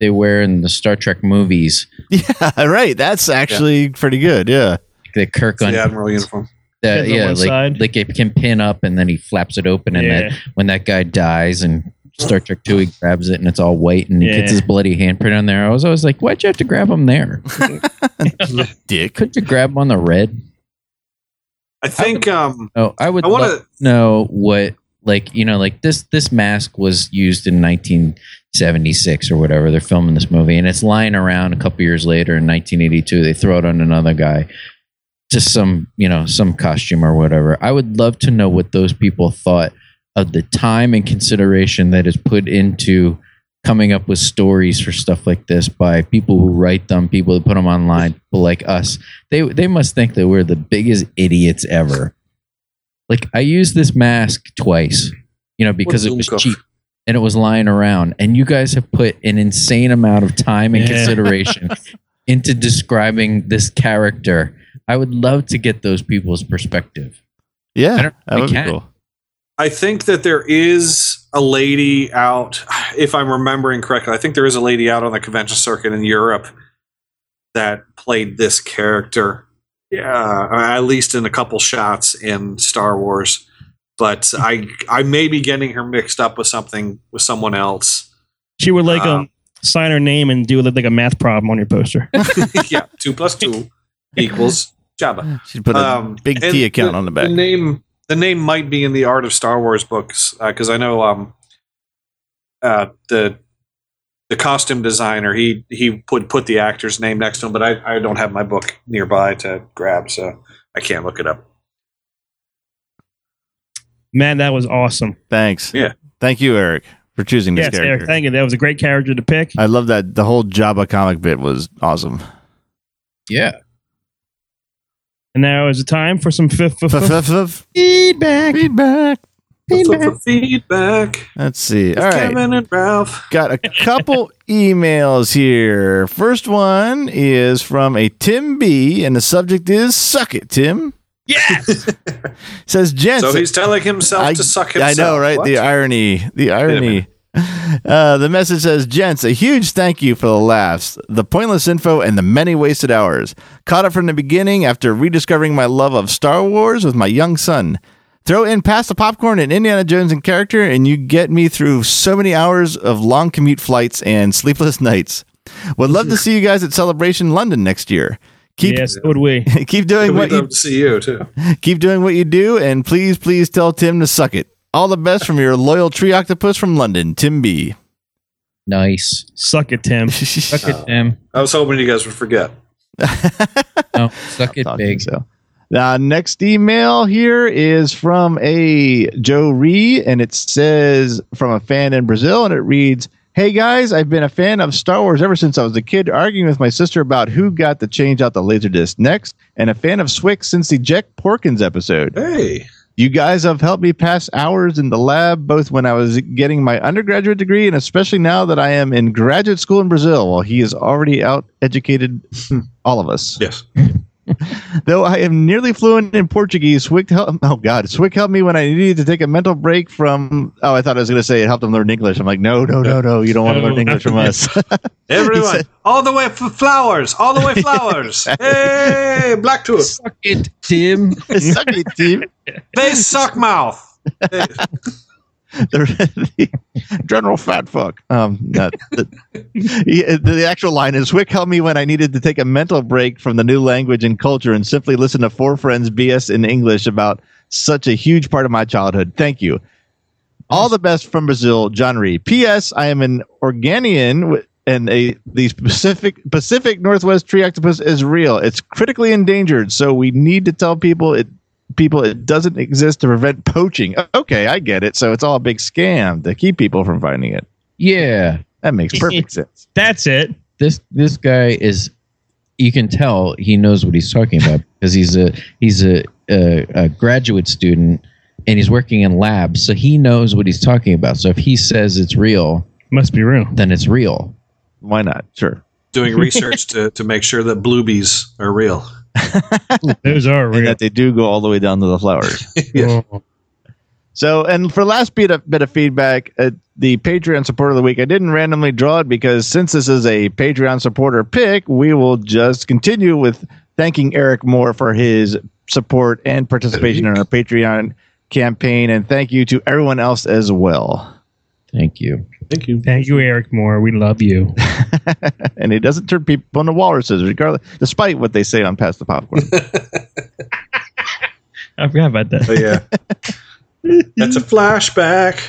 [SPEAKER 7] they wear in the Star Trek movies,
[SPEAKER 8] yeah right. That's actually pretty good. Yeah.
[SPEAKER 7] the Kirk
[SPEAKER 4] The
[SPEAKER 7] on
[SPEAKER 4] admiral uniform.
[SPEAKER 7] that,
[SPEAKER 6] Pins on
[SPEAKER 7] yeah,
[SPEAKER 6] one
[SPEAKER 7] like
[SPEAKER 6] side.
[SPEAKER 7] like it can pin up and then he flaps it open and
[SPEAKER 6] Yeah.
[SPEAKER 7] that when that guy dies and Star Trek Two he grabs it and it's all white and he
[SPEAKER 6] Yeah.
[SPEAKER 7] gets his bloody handprint on there. I was always like, why'd you have to grab him there?
[SPEAKER 8] Dick.
[SPEAKER 7] Couldn't you grab him on the red?
[SPEAKER 4] I think um,
[SPEAKER 7] Oh, I would
[SPEAKER 4] I want to.
[SPEAKER 7] love to know what like you know like this this mask was used in 1976 or whatever they're filming this movie and it's lying around a couple years later in 1982 they throw it on another guy just some you know some costume or whatever i would love to know what those people thought of the time and consideration that is put into coming up with stories for stuff like this by people who write them people who put them online people like us they they must think that we're the biggest idiots ever like I used this mask twice, you know, because it was
[SPEAKER 4] Zoomkopf.
[SPEAKER 7] cheap and it was lying around. And you guys have put an insane amount of time and
[SPEAKER 6] Yeah.
[SPEAKER 7] consideration into describing this character. I would love to get those people's perspective. I
[SPEAKER 8] Yeah.
[SPEAKER 7] don't-
[SPEAKER 8] That
[SPEAKER 7] I
[SPEAKER 8] would be
[SPEAKER 7] can't.
[SPEAKER 8] cool.
[SPEAKER 4] I think that there is a lady out, if I'm remembering correctly. I think there is a lady out on the convention circuit in Europe that played this character. Yeah, or at least in a couple shots in Star Wars. But I, I may be getting her mixed up with something with someone else.
[SPEAKER 6] She would like um,
[SPEAKER 4] Um,
[SPEAKER 6] sign her name and do like a math problem on your poster.
[SPEAKER 4] yeah, two plus two equals Jabba.
[SPEAKER 8] She'd put a
[SPEAKER 4] Um,
[SPEAKER 8] big
[SPEAKER 4] and
[SPEAKER 8] T account on the back.
[SPEAKER 4] The name the name might be in the Art of Star Wars books because I know um, uh, the the costume designer he he would put the actor's name next to him, but I, I don't have my book nearby to grab, so I can't look it up.
[SPEAKER 6] Man, that was awesome.
[SPEAKER 8] Thanks.
[SPEAKER 4] Yeah.
[SPEAKER 8] Thank you, Eric, for choosing this
[SPEAKER 6] Yes,
[SPEAKER 8] character.
[SPEAKER 6] Eric, thank you. That was a great character to pick.
[SPEAKER 8] I love that the whole Jabba comic bit was awesome.
[SPEAKER 7] Yeah.
[SPEAKER 6] And now is the time for some fifth.
[SPEAKER 8] Feedback. Feedback.
[SPEAKER 4] Feedback. Feedback.
[SPEAKER 8] Let's see. All
[SPEAKER 4] All right.
[SPEAKER 8] right.
[SPEAKER 4] Kevin and Ralph.
[SPEAKER 8] Got a couple emails here. First one is from a Tim B, and the subject is Suck It, Tim. Yes. Says, Gents,
[SPEAKER 4] So he's telling himself
[SPEAKER 8] I-
[SPEAKER 4] to suck
[SPEAKER 8] I
[SPEAKER 4] himself.
[SPEAKER 8] know, right?
[SPEAKER 4] What?
[SPEAKER 8] The irony. The irony. Uh, the message says, Gents, a huge thank you for the laughs, the pointless info, and the many wasted hours. Caught it from the beginning after rediscovering my love of Star Wars with my young son. Throw in past the popcorn and Indiana Jones in character, and you get me through so many hours of long commute flights and sleepless nights. Would love to see you guys at Celebration London next year. Keep
[SPEAKER 6] yes, so would we.
[SPEAKER 8] keep doing
[SPEAKER 4] We'd
[SPEAKER 8] what you
[SPEAKER 4] love to see you too.
[SPEAKER 8] Keep doing what you do, and please, please tell Tim to suck it. All the best from your loyal tree octopus from London, Tim B.
[SPEAKER 7] Nice.
[SPEAKER 6] Suck it, Tim.
[SPEAKER 7] Suck it, Tim.
[SPEAKER 4] I was hoping you guys would forget.
[SPEAKER 7] No, suck it
[SPEAKER 8] Thought
[SPEAKER 7] big.
[SPEAKER 8] So. Uh, next email here is from a Joe Ree, and it says from a fan in Brazil, and it reads, "Hey guys, I've been a fan of Star Wars ever since I was a kid, arguing with my sister about who got to change out the laserdisc next, and a fan of Swick since the Jack Porkins episode.
[SPEAKER 4] Hey,
[SPEAKER 8] You guys have helped me pass hours in the lab, both when I was getting my undergraduate degree and especially now that I am in graduate school in Brazil, while he is already out educated all of us.
[SPEAKER 4] yes.
[SPEAKER 8] Though I am nearly fluent in Portuguese, Swick helped. Oh God, Swick helped me when I needed to take a mental break from. Oh, I thought I was going to say it helped him learn English. I'm like, no, no, no, no. You don't want to
[SPEAKER 6] No,
[SPEAKER 8] learn English from us.
[SPEAKER 4] Everyone,
[SPEAKER 8] said-
[SPEAKER 4] all the way for flowers, all the way flowers. hey, black tooth,
[SPEAKER 7] Suck it, Tim.
[SPEAKER 8] Suck it, team.
[SPEAKER 4] they suck mouth.
[SPEAKER 8] the, the general fat fuck. Um, no, the, the- the actual line is Wick helped me when I needed to take a mental break from the new language and culture and simply listen to four friends BS in English about such a huge part of my childhood. Thank you. All the best from Brazil, John Ree. P.S. I am an Organian wi- and a the Pacific Pacific Northwest tree octopus is real. It's critically endangered, so we need to tell people it people it doesn't exist to prevent poaching. O- Okay, I get it. So it's all a big scam to keep people from finding it.
[SPEAKER 7] Yeah.
[SPEAKER 8] That makes perfect sense.
[SPEAKER 6] That's it.
[SPEAKER 7] This this guy is you can tell he knows what he's talking about because he's a he's a, a, a graduate student and he's working in labs, so he knows what he's talking about. So if he says it's real,
[SPEAKER 6] Must be real.
[SPEAKER 7] then it's real.
[SPEAKER 8] Why not? Sure.
[SPEAKER 4] Doing research to, to make sure that bluebies are real.
[SPEAKER 6] Those are
[SPEAKER 8] And
[SPEAKER 6] real.
[SPEAKER 8] that they do go all the way down to the flowers.
[SPEAKER 4] Yes.
[SPEAKER 6] Oh.
[SPEAKER 8] So, and for last bit of, bit of feedback, uh, the Patreon supporter of the week, I didn't randomly draw it because since this is a Patreon supporter pick, we will just continue with thanking Eric Moore for his support and participation in our Patreon campaign. And thank you to everyone else as well.
[SPEAKER 7] Thank you.
[SPEAKER 4] Thank you.
[SPEAKER 6] Thank you, Eric Moore. We love you.
[SPEAKER 8] And it doesn't turn people into walruses, regardless, despite what they say on Pass the Popcorn.
[SPEAKER 6] I forgot about that.
[SPEAKER 4] But Oh, yeah, that's a flashback.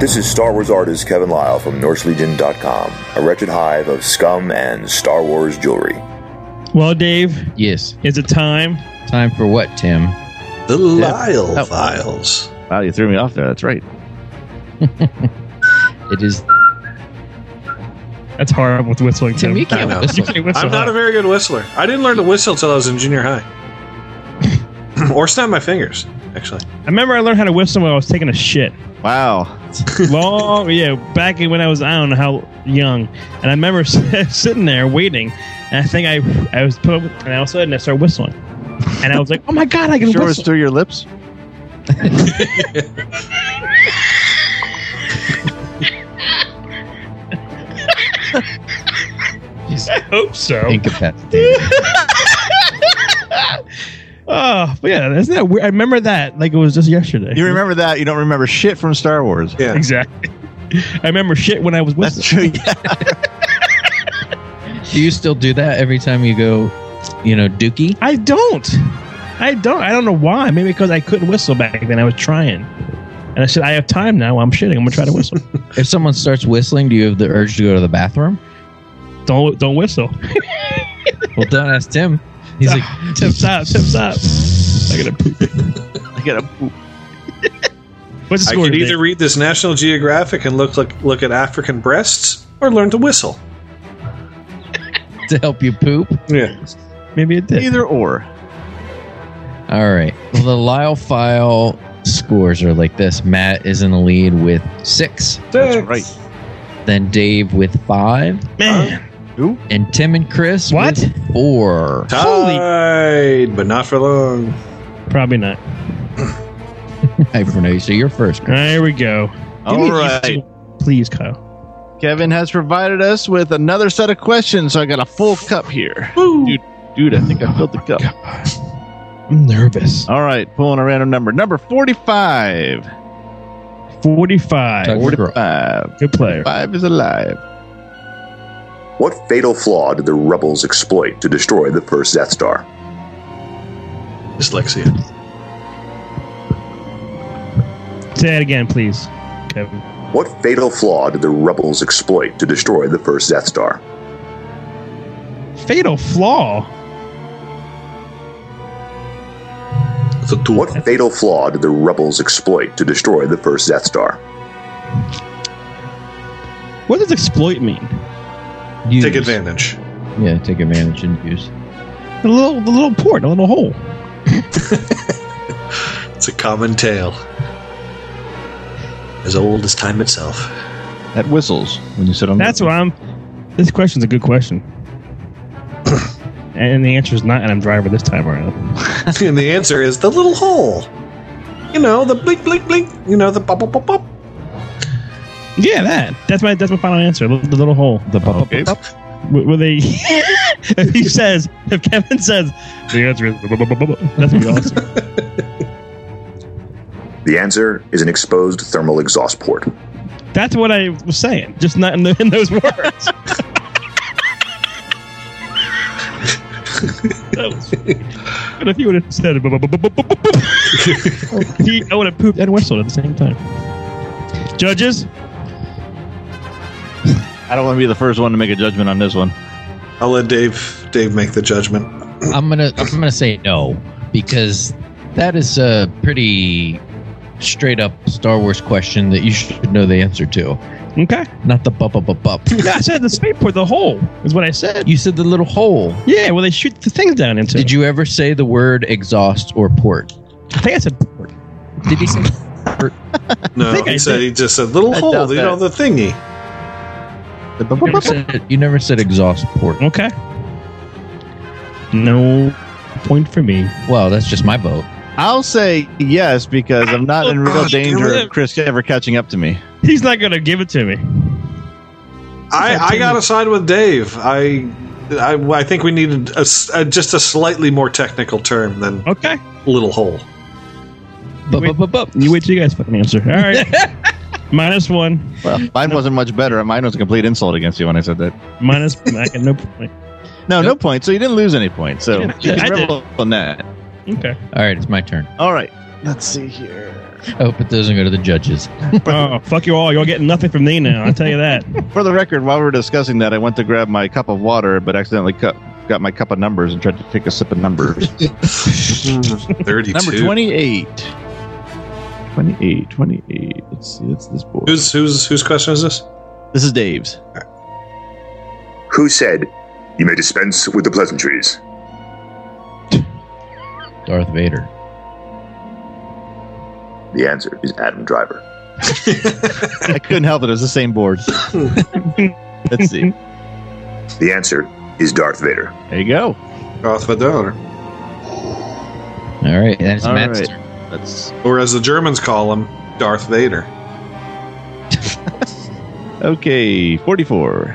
[SPEAKER 10] This is Star Wars artist Kevin Lyle from NorseLegion.com, a wretched hive of scum and Star Wars jewelry.
[SPEAKER 6] Well, Dave,
[SPEAKER 7] Yes.
[SPEAKER 6] is it time?
[SPEAKER 7] Time for what, Tim?
[SPEAKER 4] The Lyle
[SPEAKER 8] Oh.
[SPEAKER 4] Files.
[SPEAKER 8] wow, you threw me off there. That's right.
[SPEAKER 7] It is
[SPEAKER 6] That's hard with whistling,
[SPEAKER 7] Tim.
[SPEAKER 6] Tim.
[SPEAKER 7] You
[SPEAKER 4] I know.
[SPEAKER 7] can't whistle.
[SPEAKER 6] You can't whistle,
[SPEAKER 4] I'm not
[SPEAKER 6] huh?
[SPEAKER 4] a very good whistler. I didn't learn to whistle till I was in junior high, or snap my fingers. Actually,
[SPEAKER 6] I remember I learned how to whistle when I was taking a shit.
[SPEAKER 8] Wow.
[SPEAKER 6] Long, yeah, back in when I was I don't know how young, and I remember sitting there waiting, and I think I I was put up, and all of a sudden I started whistling, and I was like, oh my god, I can
[SPEAKER 8] Sure was
[SPEAKER 6] whistle.
[SPEAKER 8] through your lips?
[SPEAKER 6] I hope so.
[SPEAKER 7] incapacitated.
[SPEAKER 6] Oh, but yeah, isn't that weird? I remember that like it was just yesterday.
[SPEAKER 8] You remember that. You don't remember shit from Star Wars.
[SPEAKER 4] yeah.
[SPEAKER 6] exactly? I remember shit when I was
[SPEAKER 8] That's
[SPEAKER 6] whistling.
[SPEAKER 8] true. Yeah.
[SPEAKER 7] Do you still do that every time you go, you know, dookie?
[SPEAKER 6] I don't. I don't. I don't know why. Maybe because I couldn't whistle back then. I was trying. And I said, I have time now. I'm shitting. I'm going to try to whistle.
[SPEAKER 7] If someone starts whistling, do you have the urge to go to the bathroom?
[SPEAKER 6] don't don't whistle.
[SPEAKER 7] Well, don't ask Tim. He's like,
[SPEAKER 6] Tip stop. Tip stop. I got to poop.
[SPEAKER 8] I gotta poop.
[SPEAKER 6] What's the
[SPEAKER 4] I
[SPEAKER 6] score?
[SPEAKER 4] could
[SPEAKER 6] today?
[SPEAKER 4] either read this National Geographic and look like look at African breasts, or learn to whistle.
[SPEAKER 7] to help you poop.
[SPEAKER 4] Yeah,
[SPEAKER 6] Maybe it did.
[SPEAKER 8] Either or.
[SPEAKER 7] All right. Well, the Lyle file scores are like this. Matt is in the lead with six.
[SPEAKER 8] That's right.
[SPEAKER 7] Then Dave with five.
[SPEAKER 6] Man.
[SPEAKER 7] And Tim and Chris
[SPEAKER 6] What?
[SPEAKER 7] with four.
[SPEAKER 8] Uh,
[SPEAKER 4] Tied, but not for long.
[SPEAKER 6] Probably not.
[SPEAKER 7] Hi, Renee. So you're first.
[SPEAKER 6] All right, here we go. Give me
[SPEAKER 8] All
[SPEAKER 6] these
[SPEAKER 8] right.
[SPEAKER 6] two, please, Kyle.
[SPEAKER 8] Kevin has provided us with another set of questions, so I got a full cup here. Dude, dude, I think I filled the cup.
[SPEAKER 6] I'm nervous.
[SPEAKER 8] All right, pulling a random number. Number 45.
[SPEAKER 6] Forty-five.
[SPEAKER 7] Doug McGraw.
[SPEAKER 8] 45.
[SPEAKER 6] Good player.
[SPEAKER 8] 5 is alive.
[SPEAKER 10] What fatal flaw did the rebels exploit to destroy the first Death Star?
[SPEAKER 4] Dyslexia.
[SPEAKER 6] Say that again, please, Kevin.
[SPEAKER 10] What fatal flaw did the rebels exploit to destroy the first Death Star?
[SPEAKER 6] Fatal flaw.
[SPEAKER 4] It's a tool.
[SPEAKER 10] What fatal flaw did the rebels exploit to destroy the first Death Star?
[SPEAKER 6] What does exploit mean?
[SPEAKER 7] Use.
[SPEAKER 4] Take advantage.
[SPEAKER 7] Yeah, take advantage and use.
[SPEAKER 6] A little, the little port, a little hole.
[SPEAKER 4] It's a common tale. As old as time itself.
[SPEAKER 8] That whistles when you sit on
[SPEAKER 6] That's what I'm. This question's a good question. and the answer is not, and I'm driver this time around.
[SPEAKER 4] and the answer is the little hole. You know, the blink, blink, blink. You know, the bop, bop, bop, bop.
[SPEAKER 6] Yeah, that. That's my that's my final answer. The the little hole.
[SPEAKER 7] The bu- bu- bu-
[SPEAKER 6] Wh- Where they, if he says, if Kevin says, the answer is blah, blah, blah, blah, blah," that's gonna be awesome.
[SPEAKER 10] The answer is an exposed thermal exhaust port.
[SPEAKER 6] That's what I was saying, just not in, the, in those words. that was, but if you would have said, "Bup, bup, bup, bup, bup, bup," he, I would have pooped and whistled at the same time. Judges,
[SPEAKER 8] I don't want to be the first one to make a judgment on this one.
[SPEAKER 4] I'll let Dave Dave make the judgment.
[SPEAKER 7] I'm gonna I'm gonna say no because that is a pretty straight up Star Wars question that you should know the answer to.
[SPEAKER 6] okay.
[SPEAKER 7] Not the bup bup bup bup.
[SPEAKER 6] I said the space port, the hole is what I said.
[SPEAKER 7] You said the little hole.
[SPEAKER 6] Yeah, well, they shoot the things down into.
[SPEAKER 7] Did you ever say the word exhaust or port?
[SPEAKER 6] I think I said port.
[SPEAKER 7] Did he say?
[SPEAKER 4] No,
[SPEAKER 6] I think
[SPEAKER 4] he
[SPEAKER 6] I
[SPEAKER 4] said
[SPEAKER 6] did.
[SPEAKER 4] he just said little
[SPEAKER 8] I doubt
[SPEAKER 4] hole. You know, the thingy.
[SPEAKER 8] The bu-
[SPEAKER 7] You
[SPEAKER 8] bu-
[SPEAKER 7] never
[SPEAKER 8] bu- bu-
[SPEAKER 7] said, you never said exhaust port.
[SPEAKER 6] Okay. No point for me.
[SPEAKER 7] Well, that's just my vote.
[SPEAKER 8] I'll say yes because I'm not in real danger of Chris ever catching up to me.
[SPEAKER 6] He's not gonna give it to me.
[SPEAKER 4] I, I gotta side with Dave. I I, I think we needed a s a just a slightly more technical term than
[SPEAKER 6] Okay.
[SPEAKER 4] little hole.
[SPEAKER 7] Bup bup bup bup.
[SPEAKER 6] You wait till you guys fucking answer. All right. minus one.
[SPEAKER 8] Well, mine wasn't much better. Mine was a complete insult against you when I said that.
[SPEAKER 6] Minus. I got no point.
[SPEAKER 8] No, no points. So you didn't lose any points. So
[SPEAKER 6] Yeah,
[SPEAKER 8] you
[SPEAKER 6] I
[SPEAKER 8] can
[SPEAKER 6] did.
[SPEAKER 8] revel on that.
[SPEAKER 6] Okay.
[SPEAKER 7] All right, it's my turn. Oh,
[SPEAKER 8] All right. Let's see here.
[SPEAKER 7] I hope it doesn't go to the judges.
[SPEAKER 6] Oh fuck you all. You're getting nothing from me now. I'll tell you that.
[SPEAKER 8] For the record, while we were discussing that, I went to grab my cup of water, but accidentally cup, got my cup of numbers and tried to take a sip of numbers.
[SPEAKER 4] Thirty-two.
[SPEAKER 8] Number 28. 28, 28. Let's see. It's this board.
[SPEAKER 4] Who's who's whose question is this?
[SPEAKER 8] this is Dave's.
[SPEAKER 10] Who said, You may dispense with the pleasantries?
[SPEAKER 7] Darth Vader.
[SPEAKER 10] The answer is Adam Driver.
[SPEAKER 8] I couldn't help it. It was the same board. Let's see.
[SPEAKER 10] The answer is Darth Vader.
[SPEAKER 8] There you go.
[SPEAKER 4] Darth Vader,
[SPEAKER 7] All right, and it's
[SPEAKER 8] All
[SPEAKER 7] Matt's
[SPEAKER 8] right.
[SPEAKER 7] turn.
[SPEAKER 8] That's
[SPEAKER 4] or as the Germans call him, Darth Vader.
[SPEAKER 8] okay. 44.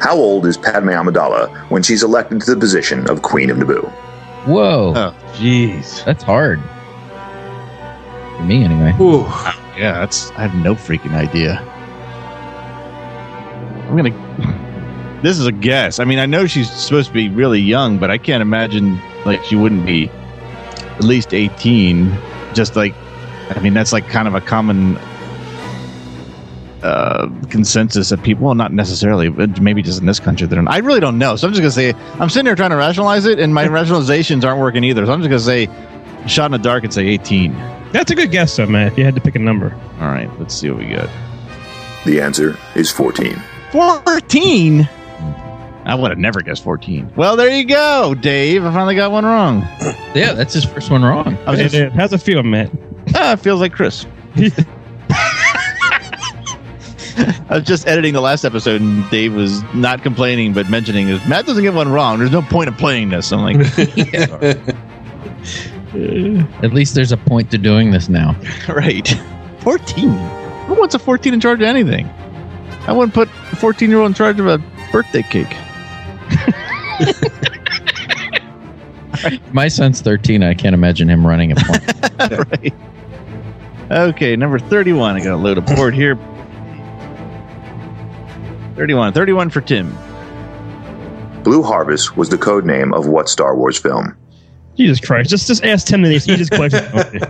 [SPEAKER 10] How old is Padme Amidala when she's elected to the position of Queen of Naboo?
[SPEAKER 7] Whoa,
[SPEAKER 8] Oh, jeez.
[SPEAKER 7] that's hard. For me, anyway.
[SPEAKER 4] Ooh,
[SPEAKER 8] Yeah, that's. I have no freaking idea. I'm gonna. This is a guess. I mean, I know she's supposed to be really young, but I can't imagine like she wouldn't be at least 18. Just like, I mean, that's like kind of a common uh, consensus of people. Well, not necessarily, but maybe just in this country. They don't. I really don't know. So I'm just gonna say I'm sitting here trying to rationalize it, and my rationalizations aren't working either. So I'm just gonna say shot in the dark and say 18.
[SPEAKER 6] That's a good guess, though, man. If you had to pick a number.
[SPEAKER 8] All right, let's see what we got.
[SPEAKER 10] The answer is 14.
[SPEAKER 8] 14 Mm-hmm. i would have never guessed 14 well there you go dave i finally got one wrong
[SPEAKER 7] Yeah, that's his first one wrong.
[SPEAKER 8] I was
[SPEAKER 6] Hey,
[SPEAKER 8] just-
[SPEAKER 6] dude, how's it feel, Matt?
[SPEAKER 8] ah, it feels like chris i was just editing the last episode and dave was not complaining but mentioning that matt doesn't get one wrong there's no point of playing this i'm like
[SPEAKER 7] At least there's a point to doing this now.
[SPEAKER 11] right. 14. Who wants a 14 in charge of anything? I wouldn't put a 14 year old in charge of a birthday cake.
[SPEAKER 7] My son's 13. I can't imagine him running a plane.
[SPEAKER 11] right. Okay, number 31. I got to load a board here. 31. 31 for Tim.
[SPEAKER 10] Blue Harvest was the code name of what Star Wars film?
[SPEAKER 6] Jesus Christ! Just just ask Tim these easiest question. Okay.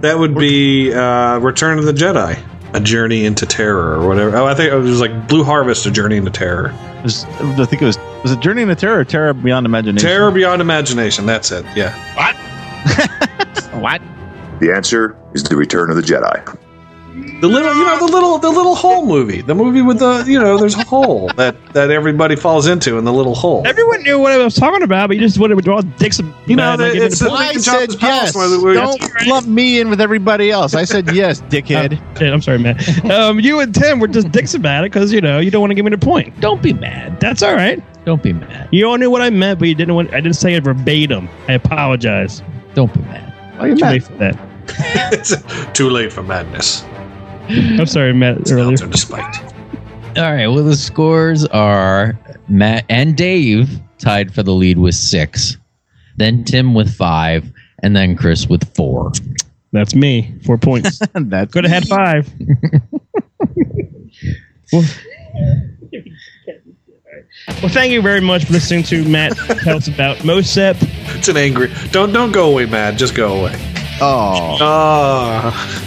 [SPEAKER 4] That would be uh, Return of the Jedi, A Journey into Terror, or whatever. Oh, I think it was like Blue Harvest, A Journey into Terror.
[SPEAKER 11] It was- I think it was was it Journey into Terror or Terror Beyond Imagination?
[SPEAKER 4] Terror Beyond Imagination. That's it. Yeah.
[SPEAKER 11] What?
[SPEAKER 10] The answer is The Return of the Jedi.
[SPEAKER 4] The little, you know, the little, the little hole movie. The movie with the, you know, there's a hole that that everybody falls into in the little hole.
[SPEAKER 6] Everyone knew what I was talking about, but you just wanted to draw dicks. and-
[SPEAKER 4] You know,
[SPEAKER 6] and,
[SPEAKER 4] that-
[SPEAKER 6] like, give me
[SPEAKER 4] it's
[SPEAKER 6] the
[SPEAKER 4] a-
[SPEAKER 6] point.
[SPEAKER 4] I
[SPEAKER 8] I
[SPEAKER 4] can
[SPEAKER 8] said
[SPEAKER 4] jump this mouse
[SPEAKER 8] yes.
[SPEAKER 4] while we-
[SPEAKER 8] Don't lump me in with everybody else. I said yes, dickhead.
[SPEAKER 6] Shit, I'm sorry, man. Um, you and Tim were just dicks about it because you know you don't want to give me the point. Don't be mad. That's all right.
[SPEAKER 7] Don't be mad.
[SPEAKER 6] You all knew what I meant, but you didn't. Want, I didn't say it verbatim. I apologize.
[SPEAKER 7] Don't be mad.
[SPEAKER 11] Oh,
[SPEAKER 8] Why you
[SPEAKER 6] Too
[SPEAKER 8] mad?
[SPEAKER 6] late for that.
[SPEAKER 4] It's too late for madness.
[SPEAKER 6] I'm sorry, Matt. Earlier.
[SPEAKER 4] Out there despite.
[SPEAKER 7] All right. Well, the scores are Matt and Dave tied for the lead with six, then Tim with five, and then Chris with four.
[SPEAKER 6] That's me. Four points.
[SPEAKER 8] That's
[SPEAKER 6] Could have had five. well, well, thank you very much for listening to Matt tell us about Mosep.
[SPEAKER 4] It's an angry. Don't don't go away, Matt. Just go away.
[SPEAKER 8] Oh,
[SPEAKER 4] Ah,